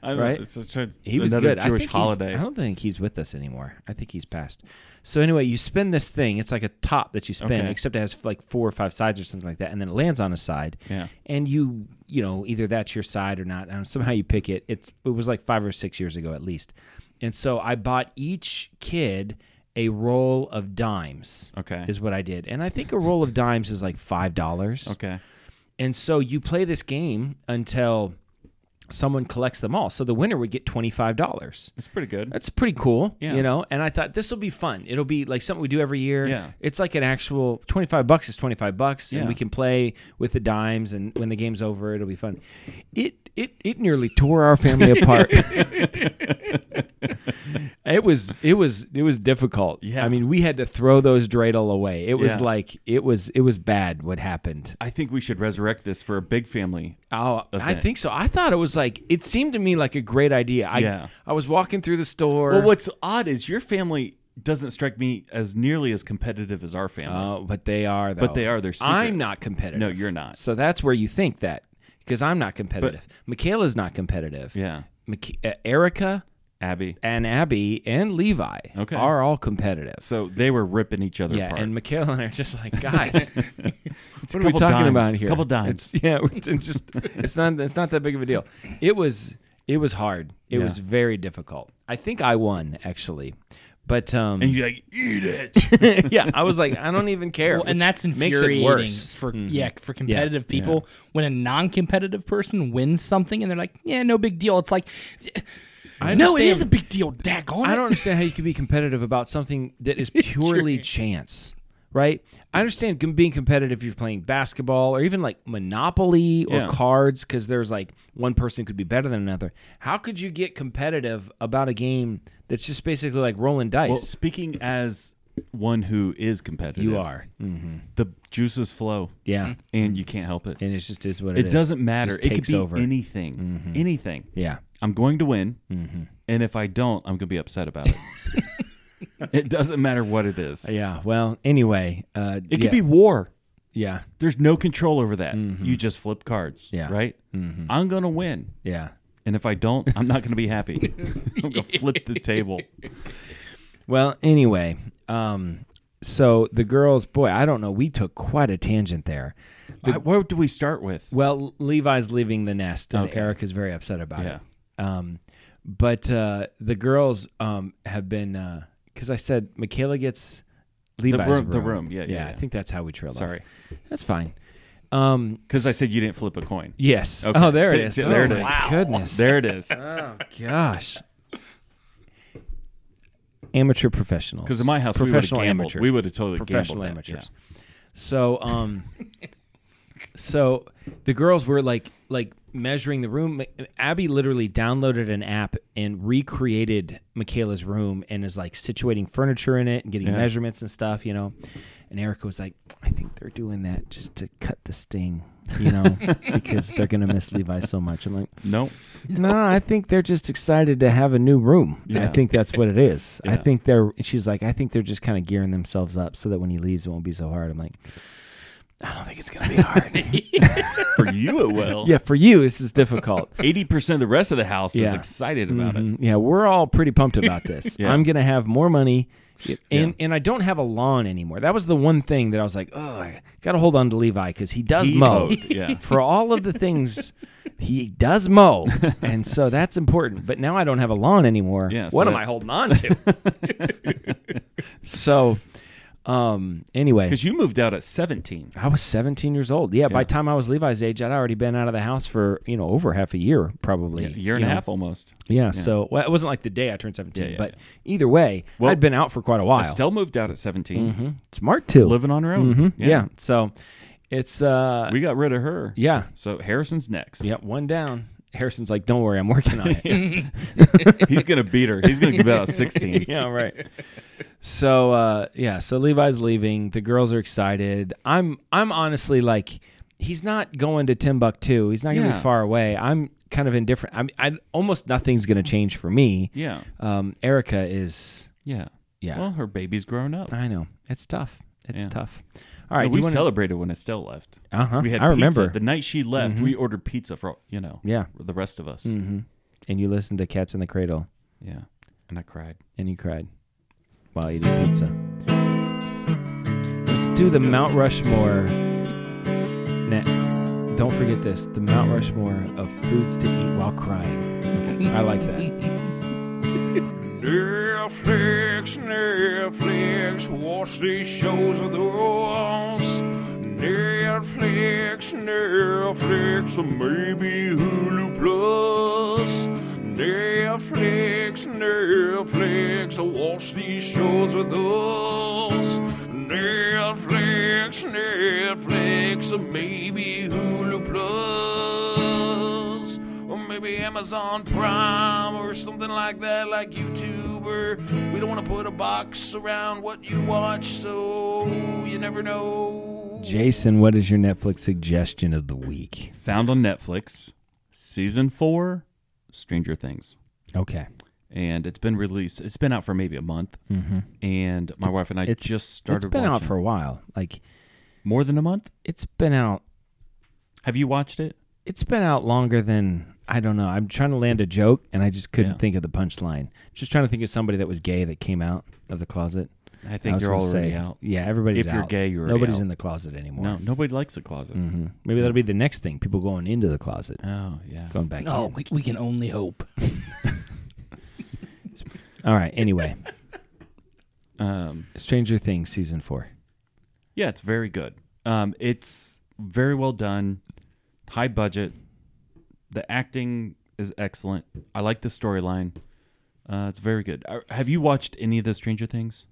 Speaker 4: I don't-
Speaker 3: Right?
Speaker 4: it's just a-
Speaker 3: He was
Speaker 4: another
Speaker 3: good. I
Speaker 4: Jewish
Speaker 3: think he's-
Speaker 4: holiday.
Speaker 3: I don't think he's with us anymore. I think he's passed. So anyway, you spin this thing. It's like a top that you spin,
Speaker 4: Okay.
Speaker 3: except it has like four or five sides or something like that, and then it lands on a side.
Speaker 4: Yeah.
Speaker 3: And you, you know, either that's your side or not. And somehow you pick it. It's it was like five or six years ago at least. And so I bought each kid a roll of dimes.
Speaker 4: Okay.
Speaker 3: Is what I did. And I think a roll of dimes is like five dollars.
Speaker 4: Okay.
Speaker 3: And so you play this game until someone collects them all. So the winner would get $25.
Speaker 4: It's pretty good.
Speaker 3: That's pretty cool,
Speaker 4: Yeah.
Speaker 3: you know. And I thought this will be fun. It'll be like something we do every year.
Speaker 4: Yeah.
Speaker 3: It's like an actual 25 bucks is 25 bucks and
Speaker 4: Yeah.
Speaker 3: we can play with the dimes and when the game's over it'll be fun. It it it nearly tore our family apart. it was it was it was difficult.
Speaker 4: Yeah.
Speaker 3: I mean, we had to throw those dreidel away. It was
Speaker 4: Yeah.
Speaker 3: like it was it was bad what happened.
Speaker 4: I think we should resurrect this for a big family.
Speaker 3: Oh, I
Speaker 4: event.
Speaker 3: think so. I thought it was like it seemed to me like a great idea. I
Speaker 4: Yeah.
Speaker 3: I was walking through the store.
Speaker 4: Well, what's odd is your family doesn't strike me as nearly as competitive as our family.
Speaker 3: Oh, but they are though.
Speaker 4: they are. They're secret.
Speaker 3: I'm not competitive.
Speaker 4: No, you're not.
Speaker 3: So that's where you think that because I'm not competitive. Michaela's not competitive.
Speaker 4: yeah,
Speaker 3: Mik- uh, Erica
Speaker 4: Abby.
Speaker 3: and Abby and Levi
Speaker 4: Okay.
Speaker 3: are all competitive.
Speaker 4: So they were ripping each other
Speaker 3: yeah,
Speaker 4: apart.
Speaker 3: and Michaela and I are just like, guys,
Speaker 4: It's
Speaker 3: what
Speaker 4: a
Speaker 3: are we
Speaker 4: couple
Speaker 3: talking
Speaker 4: dimes,
Speaker 3: about here?
Speaker 4: Couple dimes.
Speaker 3: It's, yeah, it's, it's just it's not it's not that big of a deal. It was it was hard. It
Speaker 4: Yeah.
Speaker 3: was very difficult. I think I won actually, but um,
Speaker 4: and you're like, eat it.
Speaker 3: yeah, I was like, I don't even care.
Speaker 5: Well, and
Speaker 3: which
Speaker 5: that's
Speaker 3: makes it
Speaker 5: infuriating
Speaker 3: worse. Mm-hmm.
Speaker 5: for yeah for competitive people when a non-competitive person wins something and they're like yeah no big deal it's like
Speaker 3: I
Speaker 5: no it
Speaker 3: understand.
Speaker 5: is a big deal daggone
Speaker 3: I
Speaker 5: it."
Speaker 3: don't understand how you can be competitive about something that is purely chance, right? I understand com- being competitive if you're playing basketball or even like Monopoly or
Speaker 4: Yeah.
Speaker 3: cards because there's like one person could be better than another. How could you get competitive about a game that's just basically like rolling dice?
Speaker 4: well, speaking as one who is competitive,
Speaker 3: you are. Mm-hmm.
Speaker 4: The juices flow.
Speaker 5: Hmm.
Speaker 3: Yeah.
Speaker 4: and you can't help it.
Speaker 3: And it's just is what it
Speaker 4: it
Speaker 3: is.
Speaker 4: doesn't matter.
Speaker 3: Just
Speaker 4: it could
Speaker 3: takes
Speaker 4: be
Speaker 3: over. Mm-hmm.
Speaker 4: anything. Anything.
Speaker 3: yeah. Mm-hmm.
Speaker 4: I'm going to win, and if I don't, I'm going to be upset about it. it doesn't matter what it is.
Speaker 3: Yeah. Well, anyway. Uh,
Speaker 4: It could be war.
Speaker 3: Yeah.
Speaker 4: There's no control over that. You just flip cards.
Speaker 3: Mm-hmm. Yeah. Mm-hmm.
Speaker 4: Right? I'm going to win.
Speaker 3: Yeah.
Speaker 4: And if I don't, I'm not going to be happy. I'm going to flip the table.
Speaker 3: Well, anyway, um, so the girls, boy, I don't know. We took quite a tangent there.
Speaker 4: I- what do we start with?
Speaker 3: Well, Levi's leaving the nest, and
Speaker 4: Okay.
Speaker 3: Eric is very upset about
Speaker 4: Yeah.
Speaker 3: it. Um, but uh, the girls um, have been because I said Michaela gets Levi's
Speaker 4: room- the room. Yeah, yeah,
Speaker 3: I
Speaker 4: yeah.
Speaker 3: think that's how we trailed off.
Speaker 4: Sorry.
Speaker 3: that's fine. Um,
Speaker 4: Because I said you didn't flip a coin.
Speaker 3: yes.
Speaker 4: Okay.
Speaker 3: Oh, there it
Speaker 4: Th-
Speaker 3: is.
Speaker 4: th- there
Speaker 3: oh,
Speaker 4: it is.
Speaker 3: my Goodness.
Speaker 4: There it is.
Speaker 3: Gosh. Amateur professionals.
Speaker 4: Because in my house,
Speaker 3: professional
Speaker 4: we would have
Speaker 3: amateurs.
Speaker 4: We would have totally
Speaker 3: professional
Speaker 4: gambled that,
Speaker 3: amateurs. So um so the girls were like like measuring the room. Abby literally downloaded an app and recreated Michaela's room and is like situating furniture in it and getting measurements and stuff, you know. And Erica was like, I think they're doing that just to cut the sting, you know, because they're gonna miss Levi so much. I'm like,
Speaker 4: Yeah. Nope.
Speaker 3: no, I think they're just excited to have a new room. I
Speaker 4: Yeah.
Speaker 3: think that's what it is. I
Speaker 4: Yeah.
Speaker 3: think they're. She's like, I think they're just kind of gearing themselves up so that when he leaves, it won't be so hard. I'm like, I don't think it's gonna be hard.
Speaker 4: For you, it will.
Speaker 3: yeah, for you, this is difficult.
Speaker 4: 80% of the rest of the house
Speaker 3: Yeah.
Speaker 4: is excited about it.
Speaker 3: Mhm. Yeah, we're all pretty pumped about this.
Speaker 4: Yeah.
Speaker 3: I'm gonna have more money, and and I don't have a lawn anymore. That was the one thing that I was like, oh, I gotta hold on to Levi because he does
Speaker 4: He
Speaker 3: mow.
Speaker 4: mowed, yeah.
Speaker 3: for all of the things. He does mow, and so that's important. But now I don't have a lawn anymore.
Speaker 4: Yeah, so
Speaker 3: what am
Speaker 4: that-
Speaker 3: I holding on to? so, um, anyway,
Speaker 4: Because you moved out at 17.
Speaker 3: I was 17 years old. Yeah, by
Speaker 4: Yeah.
Speaker 3: the time I was Levi's age, I'd already been out of the house for you know over half a year, probably
Speaker 4: A year and
Speaker 3: you
Speaker 4: a
Speaker 3: know.
Speaker 4: half almost.
Speaker 3: Yeah, so well, it wasn't like the day I turned 17,
Speaker 4: Yeah, yeah,
Speaker 3: but either way,
Speaker 4: Well,
Speaker 3: I'd been out for quite a while.
Speaker 4: Estelle moved out at 17,
Speaker 3: Smart too.
Speaker 4: living on her own.
Speaker 3: Mm-hmm. yeah. so it's uh
Speaker 4: We got rid of her.
Speaker 3: yeah,
Speaker 4: So Harrison's next.
Speaker 3: yeah, one down. Harrison's like, "Don't worry, I'm working on it."
Speaker 4: He's going to beat her. He's going to give out at 16.
Speaker 3: yeah, right. So uh yeah, so Levi's leaving. The girls are excited. I'm I'm honestly like he's not going to Timbuktu. He's not going to
Speaker 4: Yeah.
Speaker 3: be far away. I'm kind of indifferent. I'm I almost nothing's going to change for me.
Speaker 4: Yeah.
Speaker 3: Um, Erica is.
Speaker 4: Yeah.
Speaker 3: Yeah.
Speaker 4: Well, her baby's grown up.
Speaker 3: I know it's tough. It's
Speaker 4: Yeah.
Speaker 3: tough. All right.
Speaker 4: No,
Speaker 3: do
Speaker 4: we
Speaker 3: you wanna-
Speaker 4: celebrated when Estelle left.
Speaker 3: Uh-huh.
Speaker 4: We had pizza.
Speaker 3: I remember. Mm-hmm.
Speaker 4: the night she left. We ordered pizza for you know.
Speaker 3: Yeah. Mm. Mm-hmm.
Speaker 4: The rest of us.
Speaker 3: and you listened to Cats in the Cradle,
Speaker 4: Yeah. And I cried.
Speaker 3: and you cried while eating pizza. Let's do the Mount Rushmore. Now, don't forget this: the Mount Rushmore of foods to eat while crying. I like that.
Speaker 6: Netflix, Netflix, watch these shows with us. Netflix, Netflix, or maybe Hulu Plus. Netflix, Netflix, watch these shows with us. Netflix, Netflix, or maybe Hulu Plus. Or maybe Amazon Prime or something like that, like YouTube. Or we don't want to put a box around what you watch, so you never know.
Speaker 3: Jason, what is your Netflix suggestion of the week?
Speaker 4: Found on Netflix, season four, Stranger Things.
Speaker 3: Okay.
Speaker 4: And it's been released. It's been out for maybe a month. Mm-hmm. And my wife and I just started
Speaker 3: It's been out
Speaker 4: watching.
Speaker 3: for a while. Like
Speaker 4: more than a month.
Speaker 3: it's been out.
Speaker 4: Have you watched it?
Speaker 3: It's been out longer than I don't know. I'm trying to land a joke, and I just couldn't
Speaker 4: Yeah.
Speaker 3: think of the punchline. Just trying to think of somebody that was gay that came out of the closet.
Speaker 4: I think
Speaker 3: was
Speaker 4: you're
Speaker 3: gonna
Speaker 4: already
Speaker 3: say,
Speaker 4: out.
Speaker 3: Yeah, everybody's
Speaker 4: If you're
Speaker 3: out.
Speaker 4: gay, you're already
Speaker 3: nobody's
Speaker 4: out.
Speaker 3: in the closet anymore. Mm-hmm.
Speaker 4: No, nobody likes the closet.
Speaker 3: Mm. Maybe that'll be the next thing. People going into the closet,
Speaker 4: Oh yeah.
Speaker 3: going back.
Speaker 5: Oh, we, we can only hope.
Speaker 3: in. All right. Anyway,
Speaker 4: Um,
Speaker 3: Stranger Things season four.
Speaker 4: Yeah, it's very good. Um, it's very well done, high budget. The acting is excellent. I like the storyline. Uh, it's very good. Uh, Have you watched any of the Stranger Things?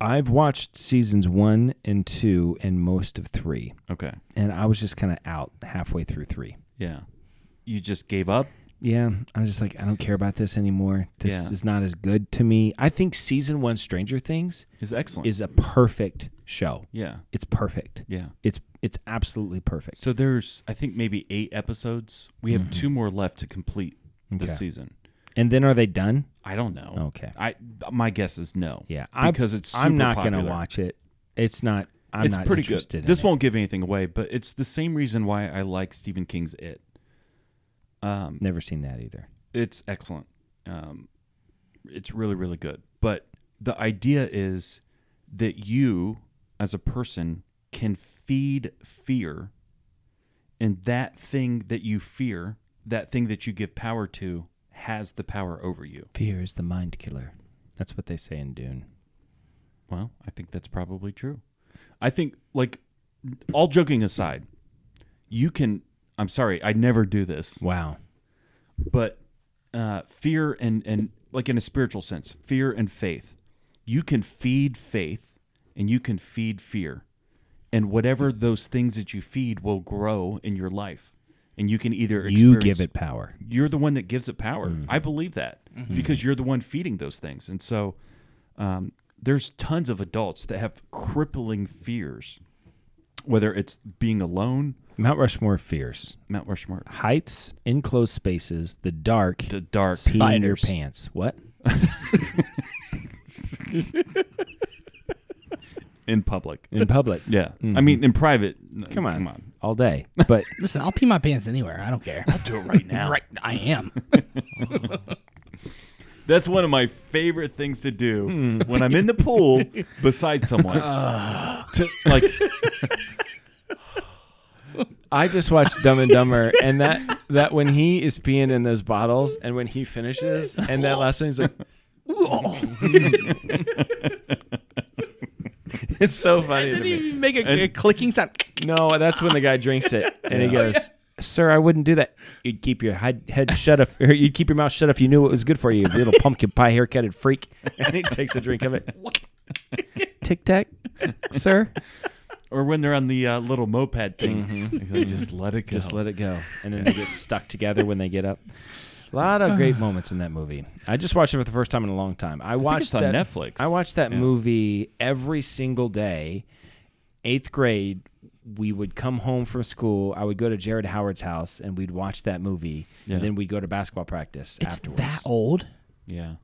Speaker 3: I've watched seasons one and two and most of three,
Speaker 4: Okay.
Speaker 3: and I was just kind of out halfway through three.
Speaker 4: Yeah. You just gave up.
Speaker 3: Yeah, I'm just like I don't care about this anymore. This
Speaker 4: Yeah.
Speaker 3: is not as good to me. I think season one Stranger Things
Speaker 4: It's excellent.
Speaker 3: is a perfect show.
Speaker 4: yeah.
Speaker 3: It's perfect.
Speaker 4: Yeah.
Speaker 3: It's it's absolutely perfect.
Speaker 4: So there's, I think, maybe eight episodes. We have two more left to complete
Speaker 3: Mm-hmm. Okay.
Speaker 4: this season.
Speaker 3: and then are they done?
Speaker 4: I don't know.
Speaker 3: Okay.
Speaker 4: I my guess is no.
Speaker 3: Yeah, I-
Speaker 4: Because it's super
Speaker 3: I'm not
Speaker 4: popular.
Speaker 3: gonna watch it. It's not. I'm
Speaker 4: it's
Speaker 3: not
Speaker 4: pretty
Speaker 3: interested
Speaker 4: good.
Speaker 3: in
Speaker 4: this
Speaker 3: it.
Speaker 4: won't give anything away, but it's the same reason why I like Stephen King's It.
Speaker 3: Never seen that either.
Speaker 4: It's excellent. Um, it's really, really good. But the idea is that you, as a person, can feed fear, and that thing that you fear, that thing that you give power to, has the power over you.
Speaker 3: Fear is the mind killer. That's what they say in Dune.
Speaker 4: Well, I think that's probably true. I think, like, all joking aside, you can. I'm sorry, I never do this.
Speaker 3: Wow.
Speaker 4: but uh, fear and and like in a spiritual sense, fear and faith. You can feed faith, and you can feed fear, and whatever those things that you feed will grow in your life, and you can either
Speaker 3: You
Speaker 4: experience,
Speaker 3: give it Mm-hmm. power.
Speaker 4: You're the one that gives it power. I believe that because you're the one feeding those things, and so um, there's tons of adults that have crippling fears, whether it's being alone,
Speaker 3: Mount Rushmore fears
Speaker 4: Mount Rushmore,
Speaker 3: heights, enclosed spaces, the dark,
Speaker 4: the dark,
Speaker 3: peeing in your
Speaker 5: spiders.
Speaker 3: pants. What?
Speaker 4: in public.
Speaker 3: In public.
Speaker 4: Yeah. I mean, in private. n-
Speaker 3: Mm-hmm. Come on.
Speaker 4: Come on.
Speaker 3: All day. But
Speaker 5: Listen, I'll pee my pants anywhere. I don't care.
Speaker 4: Do it right now.
Speaker 5: Right, I am.
Speaker 4: That's one of my favorite things to do
Speaker 3: Hmm.
Speaker 4: when I'm in the pool beside someone.
Speaker 3: Ah.
Speaker 4: To- like,
Speaker 3: I just watched Dumb and Dumber, and that that when he is peeing in those bottles, and when he finishes, and that last one, he's like, it's so funny. To
Speaker 5: Didn't
Speaker 3: me.
Speaker 5: even make a, a clicking sound.
Speaker 3: No, that's when the guy drinks it, and he goes, "Sir, I wouldn't do that. You'd keep your head, head shut up, or you'd keep your mouth shut if you knew what was good for you, you little pumpkin pie haircutted freak." And he takes a drink of it. Tic Tac, sir.
Speaker 4: or when they're on the uh, little moped thing. It's like, just let it go.
Speaker 3: Mm-hmm. Just let it go. And then they get stuck together when they get up. A lot of great moments in that movie. I just watched it for the first time in a long time. I watched
Speaker 4: it's on
Speaker 3: that,
Speaker 4: Netflix.
Speaker 3: I watched that movie every single day. Eighth grade we would come home from school. I would go to Jared Howard's house and we'd watch that movie,
Speaker 4: Yeah.
Speaker 3: and then we'd go to basketball practice afterwards.
Speaker 5: That old?
Speaker 4: Yeah.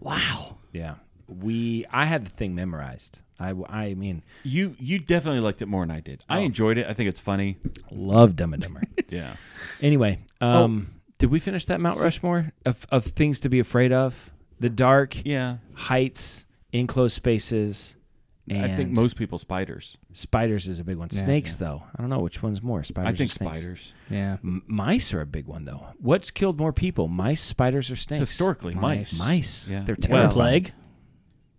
Speaker 5: Wow.
Speaker 3: Yeah, we. I had the thing memorized. I, I mean,
Speaker 4: You you definitely liked it more than I did.
Speaker 3: Oh.
Speaker 4: I enjoyed it. I think it's funny.
Speaker 3: love Dumb and Dumber.
Speaker 4: Yeah.
Speaker 3: anyway, um, did we finish that Mount Rushmore of of things to be afraid of? The dark
Speaker 4: Yeah.
Speaker 3: heights, enclosed spaces. And
Speaker 4: I think most people spiders.
Speaker 3: spiders is a big one. Snakes, though, I don't know which one's more. Spiders.
Speaker 4: I think
Speaker 3: or snakes?
Speaker 4: spiders.
Speaker 5: Yeah.
Speaker 3: M- mice are a big one, though. What's killed more people, mice, spiders, or snakes?
Speaker 4: Historically, mice.
Speaker 3: mice.
Speaker 4: Yeah.
Speaker 3: They're
Speaker 4: Well-
Speaker 3: terrible.
Speaker 5: Plague?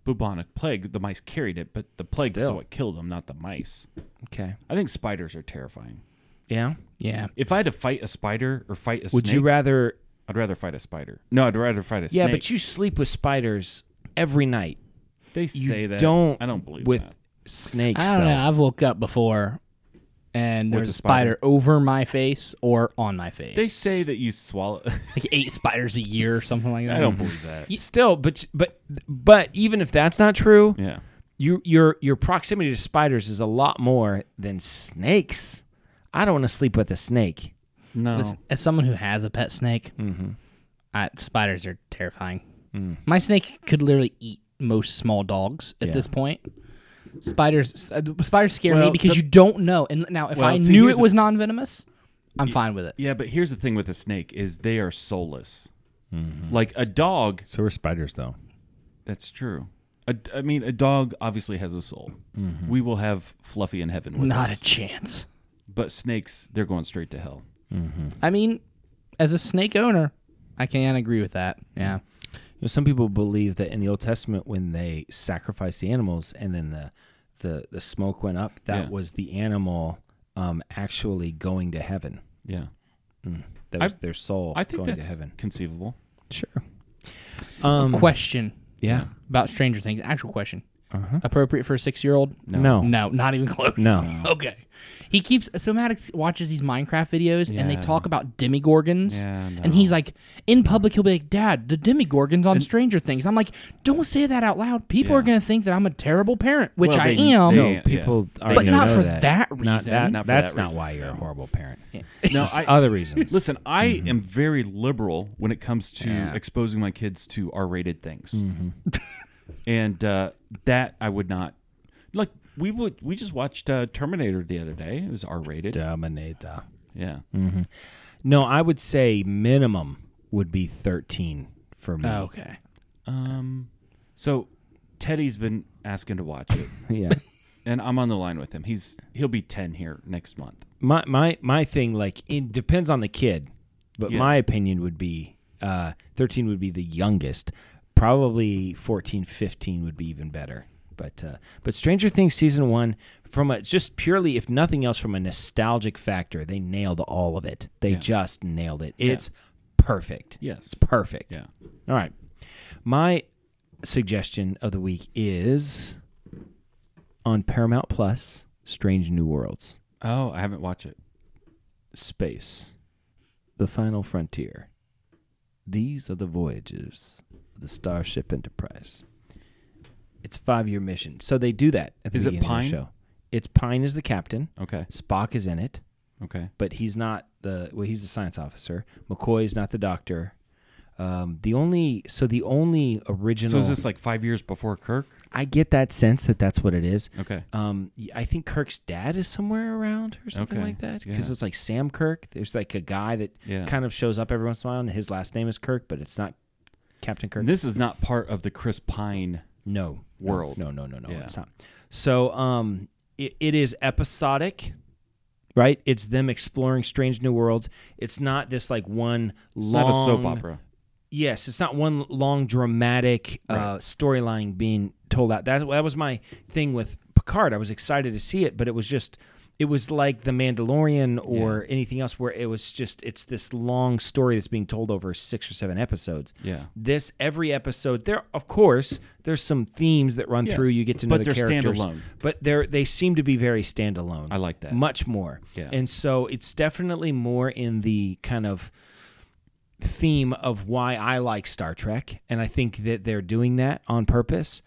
Speaker 4: Bubonic plague. The mice carried it, but the plague is
Speaker 3: Still.
Speaker 4: what killed them, not the mice.
Speaker 3: Okay.
Speaker 4: I think spiders are terrifying.
Speaker 3: Yeah.
Speaker 5: Yeah.
Speaker 4: If I had to fight a spider or fight a
Speaker 3: Would
Speaker 4: snake,
Speaker 3: you rather?
Speaker 4: I'd rather fight a spider. No, I'd rather fight a
Speaker 3: Yeah,
Speaker 4: snake.
Speaker 3: but you sleep with spiders every night.
Speaker 4: they
Speaker 3: You
Speaker 4: say that.
Speaker 3: don't.
Speaker 4: I don't believe
Speaker 3: with
Speaker 4: that. Ah,
Speaker 3: snakes.
Speaker 5: I don't
Speaker 3: though.
Speaker 5: know. I've woke up before and there's
Speaker 4: a
Speaker 5: a spider. over my face or on my face.
Speaker 4: They say that you swallow.
Speaker 5: like eight spiders a year or something like that.
Speaker 4: I don't
Speaker 3: Mm-hmm.
Speaker 4: believe that.
Speaker 3: Still, but but but even if that's not true,
Speaker 4: Yeah.
Speaker 3: you your your proximity to spiders is a lot more than snakes. I don't want to sleep with a snake.
Speaker 4: No.
Speaker 5: Listen, as someone who has a pet snake, I, spiders are terrifying. My snake could literally eat most small dogs at this point. Spiders, uh, spiders scare
Speaker 4: Well,
Speaker 5: me because
Speaker 4: the-
Speaker 5: you don't know. And now, if
Speaker 4: Well,
Speaker 5: I
Speaker 4: see,
Speaker 5: knew
Speaker 4: here's
Speaker 5: it
Speaker 4: the-
Speaker 5: was non-venomous, I'm fine with it.
Speaker 4: Yeah, but here's the thing with a snake is they are soulless.
Speaker 3: Mm-hmm.
Speaker 4: Like a dog,
Speaker 3: So are spiders, though.
Speaker 4: that's true. A, I mean, a dog obviously has a soul.
Speaker 3: Mm-hmm.
Speaker 4: We will have Fluffy in heaven with
Speaker 5: Not
Speaker 4: us.
Speaker 5: a chance.
Speaker 4: But snakes, they're going straight to hell.
Speaker 5: I mean, as a snake owner, I can agree with that. Yeah,
Speaker 3: You know, some people believe that in the Old Testament, when they sacrificed the animals and then the the, the smoke went up, that
Speaker 4: Yeah.
Speaker 3: was the animal um, actually going to heaven.
Speaker 4: Yeah.
Speaker 3: That
Speaker 4: I-
Speaker 3: was their soul
Speaker 4: I think
Speaker 3: going to
Speaker 4: that's
Speaker 3: heaven.
Speaker 4: conceivable.
Speaker 3: Sure. Um,
Speaker 5: question
Speaker 3: yeah.
Speaker 5: about Stranger Things. Actual question. Appropriate for a six-year-old?
Speaker 3: No.
Speaker 5: No, not even close.
Speaker 3: No.
Speaker 5: okay. He keeps so Maddox watches these Minecraft videos and they
Speaker 4: Yeah.
Speaker 5: talk about demigorgons.
Speaker 4: Yeah, no.
Speaker 5: And he's like, in public, he'll be like, Dad, the demigorgons on Stranger Things. I'm like, don't say that out loud. People
Speaker 4: Yeah.
Speaker 5: are gonna think that I'm a terrible parent, which
Speaker 4: Well,
Speaker 5: I
Speaker 4: they-
Speaker 5: am.
Speaker 4: they-
Speaker 3: No, people
Speaker 4: But
Speaker 3: already
Speaker 5: not
Speaker 3: know
Speaker 5: for
Speaker 3: that.
Speaker 5: that
Speaker 3: Oh, Not
Speaker 5: reason.
Speaker 3: that,
Speaker 4: Not for
Speaker 3: that's
Speaker 4: that
Speaker 3: not
Speaker 4: reason.
Speaker 3: why you're a horrible parent.
Speaker 4: No,
Speaker 3: There's
Speaker 4: I,
Speaker 3: other reasons.
Speaker 4: listen, I am very liberal when it comes to exposing my kids to R-rated things. and uh, that I would not like we would we just watched uh, Terminator the other day. It was R-rated.
Speaker 3: Dominator.
Speaker 4: Yeah.
Speaker 3: No, I would say minimum would be 13 for me.
Speaker 5: Okay.
Speaker 4: Um, so Teddy's been asking to watch it,
Speaker 3: Yeah.
Speaker 4: and I'm on the line with him. He's he'll be ten here next month.
Speaker 3: my my my thing like it depends on the kid, but
Speaker 4: Yeah.
Speaker 3: my opinion would be uh 13 would be the youngest. Probably 14, 15 would be even better. But uh, but Stranger Things season 1 from a just purely if nothing else from a nostalgic factor, they nailed all of it. They just nailed it. It's perfect.
Speaker 4: Yes.
Speaker 3: It's perfect.
Speaker 4: Yeah.
Speaker 3: All right. My suggestion of the week is on Paramount Plus, Strange New Worlds,
Speaker 4: Oh, I haven't watched it.
Speaker 3: Space, The Final Frontier. These are the voyages of the Starship Enterprise. It's a five year mission. So they do that at the
Speaker 4: Is it
Speaker 3: beginning
Speaker 4: Pine?
Speaker 3: of the show. It's Pine is the captain.
Speaker 4: Okay.
Speaker 3: Spock is in it,
Speaker 4: Okay.
Speaker 3: but he's not the well, he's the science officer. McCoy's not the doctor. Um, the only so the only original
Speaker 4: So is this like five years before Kirk?
Speaker 3: I get that sense that that's what it is.
Speaker 4: Okay.
Speaker 3: Um, y- I think Kirk's dad is somewhere around or something
Speaker 4: Okay,
Speaker 3: like that because
Speaker 4: yeah.
Speaker 3: it's like Sam Kirk. There's like a guy that
Speaker 4: Yeah.
Speaker 3: kind of shows up every once in a while, and his last name is Kirk, but it's not Captain Kirk.
Speaker 4: This is not part of the Chris Pine.
Speaker 3: no
Speaker 4: World.
Speaker 3: No, no, no, no.
Speaker 4: Yeah.
Speaker 3: It's not. So, um, it, it is episodic, right? It's them exploring strange new worlds. It's not this like one
Speaker 4: It's not
Speaker 3: long
Speaker 4: a soap opera.
Speaker 3: Yes, it's not one long dramatic uh, storyline being told out. That that was my thing with Picard. I was excited to see it, but it was just it was like The Mandalorian or anything else where it was just it's this long story that's being told over six or seven episodes.
Speaker 4: Yeah.
Speaker 3: This every episode there of course there's some themes that run through.
Speaker 4: Yes,
Speaker 3: You get to know
Speaker 4: but
Speaker 3: the
Speaker 4: they're
Speaker 3: characters,
Speaker 4: standalone.
Speaker 3: but they're they seem to be very standalone.
Speaker 4: I like that.
Speaker 3: much more.
Speaker 4: Yeah.
Speaker 3: and so it's definitely more in the kind of theme of why I like Star Trek, and I think that they're doing that on purpose.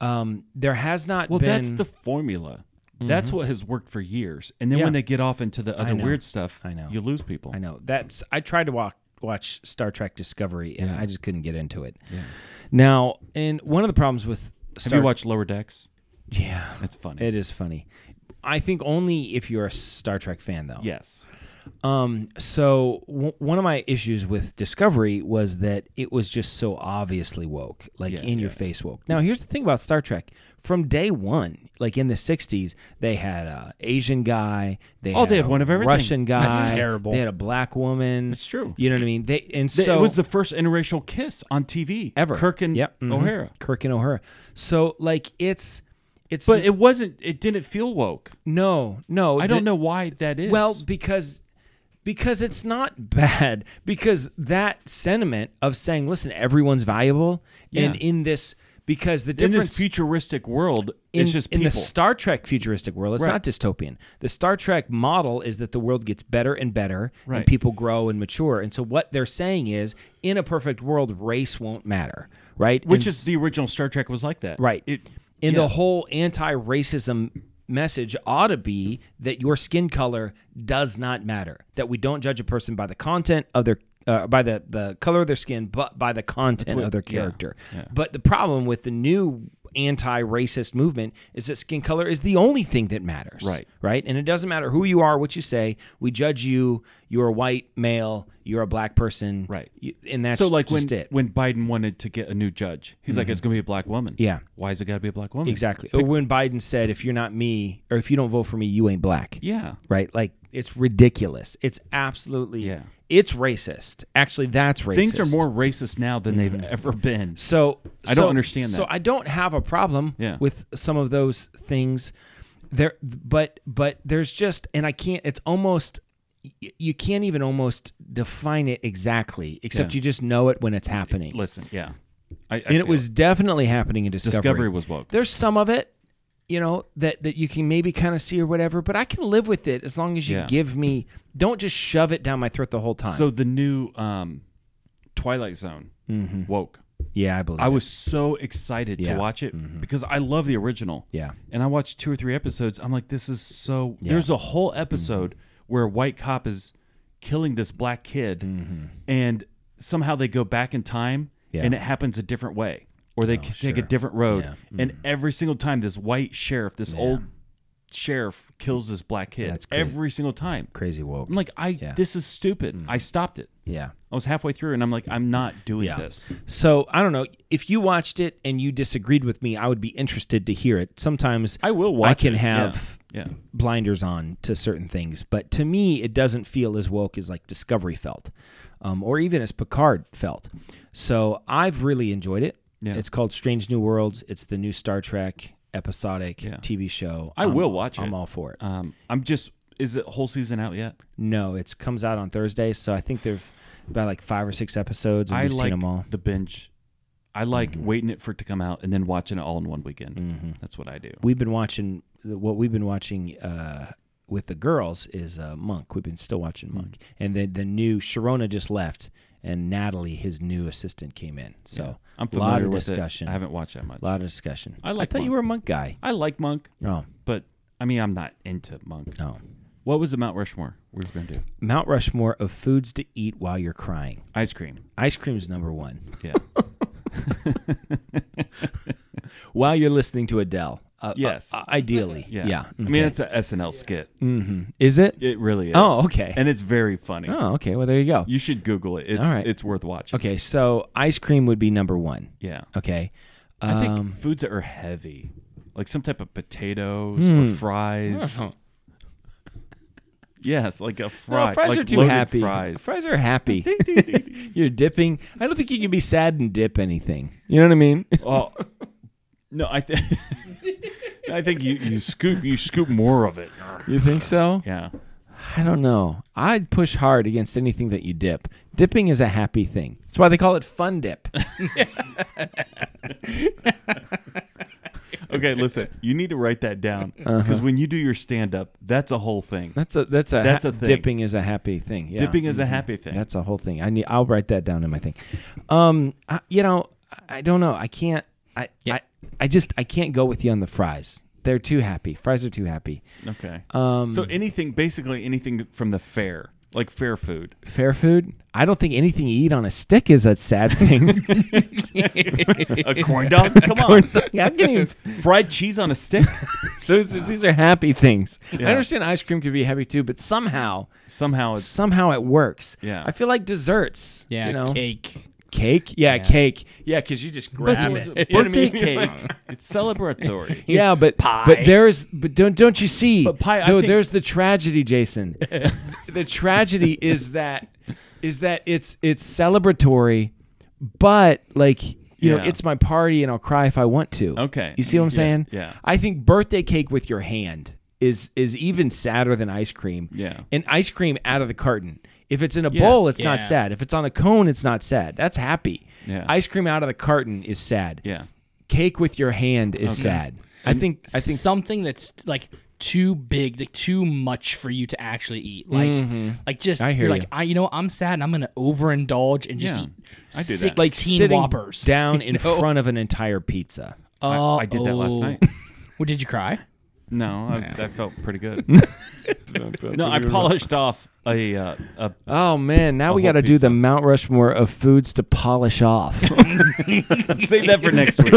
Speaker 3: Um, there has not
Speaker 4: Well,
Speaker 3: been Mm-hmm.
Speaker 4: that's the formula. That's what has worked for years. And then
Speaker 3: Yeah.
Speaker 4: when they get off into the other
Speaker 3: know.
Speaker 4: weird stuff,
Speaker 3: I know.
Speaker 4: you lose people.
Speaker 3: I know. That's I tried to walk, watch Star Trek Discovery and I just couldn't get into it. Now, and one of the problems with
Speaker 4: Have
Speaker 3: Star
Speaker 4: you watched Lower Decks?
Speaker 3: Yeah,
Speaker 4: That's funny.
Speaker 3: it is funny. I think only if you're a Star Trek fan though.
Speaker 4: yes.
Speaker 3: Um, so w- one of my issues with Discovery was that it was just so obviously woke, like
Speaker 4: Yeah,
Speaker 3: in your face woke. Now here's the thing about Star Trek: from day one, like in the '60s, they had a Asian guy, they
Speaker 4: Oh, they
Speaker 3: had
Speaker 4: had
Speaker 3: a
Speaker 4: one of everything.
Speaker 3: Russian guy,
Speaker 5: That's terrible.
Speaker 3: They had a black woman.
Speaker 4: It's true.
Speaker 3: You know what I mean? They and
Speaker 4: Th-
Speaker 3: so
Speaker 4: it was the first interracial kiss on TV
Speaker 3: ever
Speaker 4: Kirk and
Speaker 3: yep, mhm.
Speaker 4: O'Hara.
Speaker 3: Kirk and O'Hara. So like it's it's
Speaker 4: But it wasn't. It didn't feel woke.
Speaker 3: no no
Speaker 4: I don't
Speaker 3: the-
Speaker 4: know why that is.
Speaker 3: Well, because because it's not bad because that sentiment of saying, listen, everyone's valuable, and
Speaker 4: Yeah.
Speaker 3: in this because the
Speaker 4: in
Speaker 3: difference
Speaker 4: this futuristic world,
Speaker 3: in,
Speaker 4: it's just
Speaker 3: in
Speaker 4: people.
Speaker 3: the Star Trek futuristic world, it's
Speaker 4: Right.
Speaker 3: not dystopian. The Star Trek model is that the world gets better and better, and
Speaker 4: Right.
Speaker 3: people grow and mature. And so what they're saying is, in a perfect world, race won't matter, right?
Speaker 4: which
Speaker 3: And
Speaker 4: is the original Star Trek was like that.
Speaker 3: Right.
Speaker 4: It,
Speaker 3: and
Speaker 4: yeah.
Speaker 3: the whole anti-racism message ought to be that your skin color does not matter. That we don't judge a person by the content of their uh, by the, the color of their skin, but by the content of their character. But the problem with the new anti-racist movement is that skin color is the only thing that matters.
Speaker 4: Right.
Speaker 3: Right. And it doesn't matter who you are, what you say. We judge you. You're a white male. You're a black person.
Speaker 4: Right.
Speaker 3: You- and that's
Speaker 4: so like when
Speaker 3: just it. Mm-hmm.
Speaker 4: when Biden wanted to get a new judge, he's like, "It's going to be a black woman."
Speaker 3: Yeah.
Speaker 4: Why is it got to be a black woman?
Speaker 3: Exactly. Or when Biden said, if you're not me, or if you don't vote for me, you ain't black.
Speaker 4: Yeah.
Speaker 3: Right? Like, it's ridiculous. It's absolutely,
Speaker 4: Yeah.
Speaker 3: it's racist. Actually, that's racist.
Speaker 4: Things are more racist Mm-hmm. now than they've ever been.
Speaker 3: So,
Speaker 4: I don't
Speaker 3: so-
Speaker 4: understand that.
Speaker 3: So I don't have a problem
Speaker 4: Yeah.
Speaker 3: with some of those things. There, but but there's just, and I can't. It's almost y- you can't even almost define it exactly, except
Speaker 4: Yeah.
Speaker 3: you just know it when it's happening.
Speaker 4: Listen, yeah. I, I
Speaker 3: and it
Speaker 4: feel
Speaker 3: was definitely happening in Discovery.
Speaker 4: Discovery was woke.
Speaker 3: There's some of it, you know, that that you can maybe kind of see or whatever, but I can live with it as long as you
Speaker 4: Yeah.
Speaker 3: give me. Don't just shove it down my throat the whole time.
Speaker 4: So the new um, Twilight Zone woke.
Speaker 3: yeah, I believe.
Speaker 4: I
Speaker 3: it.
Speaker 4: was so excited
Speaker 3: Yeah. Mm-hmm.
Speaker 4: to watch it because I love the original.
Speaker 3: Yeah.
Speaker 4: And I watched two or three episodes. I'm like, this is so. There's a whole
Speaker 3: Mm-hmm.
Speaker 4: episode where a white cop is killing this black kid, and somehow they go back in time,
Speaker 3: Mm-hmm. Yeah. Oh,
Speaker 4: and it happens a different way, or they c- take a different road.
Speaker 3: Yeah. Mm-hmm.
Speaker 4: And every single time, this white sheriff, this old sheriff, kills this black kid.
Speaker 3: That's crazy.
Speaker 4: every single time.
Speaker 3: crazy woke.
Speaker 4: I'm like, I this is stupid.
Speaker 3: Mm-hmm.
Speaker 4: I stopped it.
Speaker 3: yeah.
Speaker 4: I was halfway through, and I'm like, I'm not doing
Speaker 3: Yeah.
Speaker 4: this.
Speaker 3: So I don't know if you watched it and you disagreed with me. I would be interested to hear it. Sometimes
Speaker 4: I will watch.
Speaker 3: I can
Speaker 4: it.
Speaker 3: have.
Speaker 4: yeah. yeah.
Speaker 3: blinders on to certain things. But to me, it doesn't feel as woke as like Discovery felt, um, or even as Picard felt. So I've really enjoyed it.
Speaker 4: Yeah.
Speaker 3: It's called Strange New Worlds. It's the new Star Trek episodic TV show.
Speaker 4: I
Speaker 3: I'm-
Speaker 4: will watch
Speaker 3: I'm
Speaker 4: it.
Speaker 3: all for it.
Speaker 4: Um, I'm just. Is it whole season out yet?
Speaker 3: no, it's comes out on Thursday, so I think there've about like five or six episodes, and
Speaker 4: I
Speaker 3: we've
Speaker 4: like
Speaker 3: seen them all.
Speaker 4: the binge. I like
Speaker 3: Mm-hmm.
Speaker 4: waiting it for it to come out and then watching it all in one weekend. That's what I do.
Speaker 3: We've been watching what we've been watching. Uh, with the girls is uh, Monk. We've been still watching
Speaker 4: Mm.
Speaker 3: Monk, and then the new Sharona just left, and Natalie, his new assistant, came in. So
Speaker 4: I'm
Speaker 3: a lot
Speaker 4: familiar
Speaker 3: of
Speaker 4: with
Speaker 3: discussion.
Speaker 4: it. I haven't watched that much.
Speaker 3: a lot of discussion.
Speaker 4: I like
Speaker 3: I thought you
Speaker 4: Monk.
Speaker 3: were a Monk guy.
Speaker 4: I like Monk,
Speaker 3: No,
Speaker 4: but I mean, I'm not into Monk.
Speaker 3: no.
Speaker 4: What was the Mount Rushmore we were going to do?
Speaker 3: Mount Rushmore of foods to eat while you're crying.
Speaker 4: Ice cream.
Speaker 3: Ice cream's number one.
Speaker 4: Yeah.
Speaker 3: While you're listening to Adele. Uh,
Speaker 4: Yes.
Speaker 3: uh, ideally.
Speaker 4: Yeah.
Speaker 3: Yeah.
Speaker 4: I mean, it's an SNL skit.
Speaker 3: Is it?
Speaker 4: It really is.
Speaker 3: Oh, okay.
Speaker 4: And it's very funny.
Speaker 3: Oh, okay. Well, there you go.
Speaker 4: You should Google it. It's
Speaker 3: All right.
Speaker 4: it's worth watching.
Speaker 3: okay, so ice cream would be number one.
Speaker 4: Yeah.
Speaker 3: Okay.
Speaker 4: I think
Speaker 3: Um,
Speaker 4: foods that are heavy, like some type of potatoes
Speaker 3: Hmm.
Speaker 4: or fries. yes, like a fry.
Speaker 3: Uh-huh. No, fries
Speaker 4: like
Speaker 3: are too
Speaker 4: loaded
Speaker 3: happy.
Speaker 4: Fries.
Speaker 3: are happy. You're dipping. I don't think you can be sad and dip anything. You know what I mean?
Speaker 4: Oh no, I think I think you, you scoop you scoop more of it.
Speaker 3: You think so?
Speaker 4: Yeah.
Speaker 3: I don't know. I'd push hard against anything that you dip. Dipping is a happy thing. That's why they call it fun dip.
Speaker 4: Okay, listen. You need to write that down
Speaker 3: Uh-huh.
Speaker 4: because when you do your stand up, that's a whole thing.
Speaker 3: That's a that's a
Speaker 4: That's a thing.
Speaker 3: dipping is a happy thing. Yeah. Mm-hmm.
Speaker 4: Dipping is a happy thing.
Speaker 3: That's a whole thing. I need. I'll write that down in my thing. Um, I, you know, I- I don't know. I can't. I, I I just I can't go with you on the fries. They're too happy. Fries are too happy.
Speaker 4: Okay.
Speaker 3: Um,
Speaker 4: so anything, basically anything from the fair, like fair food.
Speaker 3: Fair food. I don't think anything you eat on a stick is a sad thing.
Speaker 4: A corn dog? Come on.
Speaker 3: yeah, I can even,
Speaker 4: Fried cheese on a stick?
Speaker 3: those are, these are happy things.
Speaker 4: Yeah.
Speaker 3: I understand ice cream could be happy too, but somehow,
Speaker 4: Somehow it's.
Speaker 3: somehow it works.
Speaker 4: Yeah.
Speaker 3: I feel like desserts.
Speaker 5: Yeah,
Speaker 3: you know,
Speaker 5: cake.
Speaker 3: Cake? Yeah, cake. Yeah, because you just grab it.
Speaker 4: birthday
Speaker 3: You know what I mean?
Speaker 4: cake. it's celebratory.
Speaker 3: Yeah, but pie. But there's but don't don't you see?
Speaker 4: But pie, I
Speaker 3: No,
Speaker 4: think-
Speaker 3: there's the tragedy, Jason. the tragedy is that is that it's it's celebratory, but like you know,
Speaker 4: Yeah.
Speaker 3: it's my party and I'll cry if I want to.
Speaker 4: Okay.
Speaker 3: You see what I'm
Speaker 4: Yeah,
Speaker 3: saying?
Speaker 4: yeah.
Speaker 3: I think birthday cake with your hand is is even sadder than ice cream.
Speaker 4: Yeah.
Speaker 3: And ice cream out of the carton. If it's in a bowl, it's not
Speaker 5: Yeah.
Speaker 3: sad. If it's on a cone, it's not sad. That's happy.
Speaker 4: Yeah.
Speaker 3: Ice cream out of the carton is sad
Speaker 4: Yeah.
Speaker 3: cake with your hand is sad. I think I think
Speaker 5: something that's like too big, like too much for you to actually eat. Like,
Speaker 4: Mm-hmm.
Speaker 5: like just
Speaker 3: I hear
Speaker 5: you're like
Speaker 3: you.
Speaker 5: I, you know, I'm sad and I'm gonna overindulge and just
Speaker 4: Yeah.
Speaker 5: eat
Speaker 4: I do that.
Speaker 5: sixteen
Speaker 3: like sitting
Speaker 5: whoppers.
Speaker 3: down in front of an entire pizza.
Speaker 5: Oh,
Speaker 4: I, I did that last
Speaker 5: oh.
Speaker 4: night.
Speaker 5: Well, did you cry?
Speaker 4: No, I, that felt pretty good. no, I polished off a, uh, a
Speaker 3: Oh man, now we
Speaker 4: whole
Speaker 3: got to do the Mount Rushmore of foods to polish off.
Speaker 4: Save that for next week.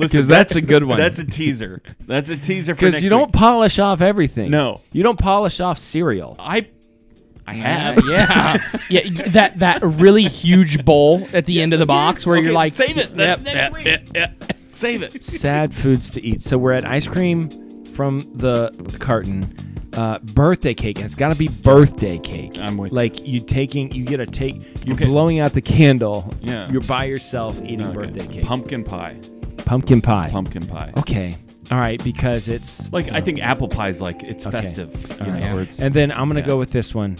Speaker 4: Because
Speaker 3: that's a good one.
Speaker 4: That's a teaser. That's a teaser for next
Speaker 3: Because you don't
Speaker 4: Week.
Speaker 3: polish off everything.
Speaker 4: No.
Speaker 3: you don't polish off cereal.
Speaker 4: I, I have.
Speaker 5: yeah, yeah. y- That that really huge bowl at the end of the box where you're
Speaker 4: Okay,
Speaker 5: like,
Speaker 4: save it. That's
Speaker 5: yep,
Speaker 4: next week. Save it.
Speaker 3: Sad foods to eat. So we're at ice cream from the carton. Uh, birthday cake, and it's got to be birthday cake.
Speaker 4: I'm with you.
Speaker 3: like you taking, you get a take, you're
Speaker 4: Okay.
Speaker 3: blowing out the candle.
Speaker 4: Yeah.
Speaker 3: you're by yourself eating
Speaker 4: Okay.
Speaker 3: birthday cake.
Speaker 4: Pumpkin pie.
Speaker 3: Pumpkin pie.
Speaker 4: Pumpkin pie.
Speaker 3: Okay. All right, because it's
Speaker 4: Like I think apple pie's like it's festive. You
Speaker 3: All right.
Speaker 4: know, or it's,
Speaker 3: and then I'm gonna
Speaker 4: yeah.
Speaker 3: go with this one.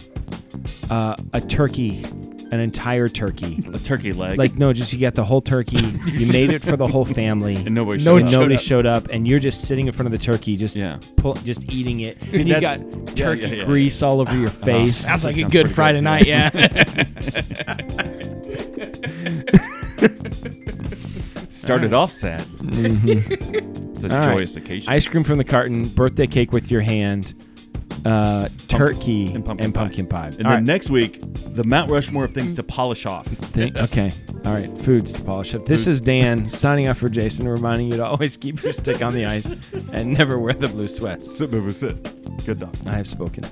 Speaker 3: Uh, a turkey, an entire turkey.
Speaker 4: a turkey leg.
Speaker 3: Like no, just you got the whole turkey. You made it for the whole family.
Speaker 4: and nobody.
Speaker 5: no-
Speaker 4: showed up.
Speaker 3: Nobody showed up, and you're just sitting in front of the turkey, just
Speaker 4: Yeah.
Speaker 3: pull, just eating it. and you
Speaker 4: that's-
Speaker 3: got
Speaker 4: yeah,
Speaker 3: turkey
Speaker 4: yeah, yeah,
Speaker 3: grease all over your face.
Speaker 5: Sounds like a
Speaker 4: sounds
Speaker 5: good
Speaker 4: pretty
Speaker 5: Friday
Speaker 4: good,
Speaker 5: night. Yeah.
Speaker 4: Started off sad. it's a
Speaker 3: Mm-hmm. All right.
Speaker 4: joyous occasion.
Speaker 3: Ice cream from the carton, birthday cake with your hand, uh, turkey,
Speaker 4: and pumpkin pie.
Speaker 3: pie.
Speaker 4: and then
Speaker 3: All right.
Speaker 4: next week, the Mount Rushmore of things to polish off.
Speaker 3: Think- okay. All right. Foods to polish up. This is Dan signing off for Jason, reminding you to always keep your stick on the ice and never wear the blue sweats.
Speaker 4: Sit, sit. Good dog.
Speaker 3: I have spoken.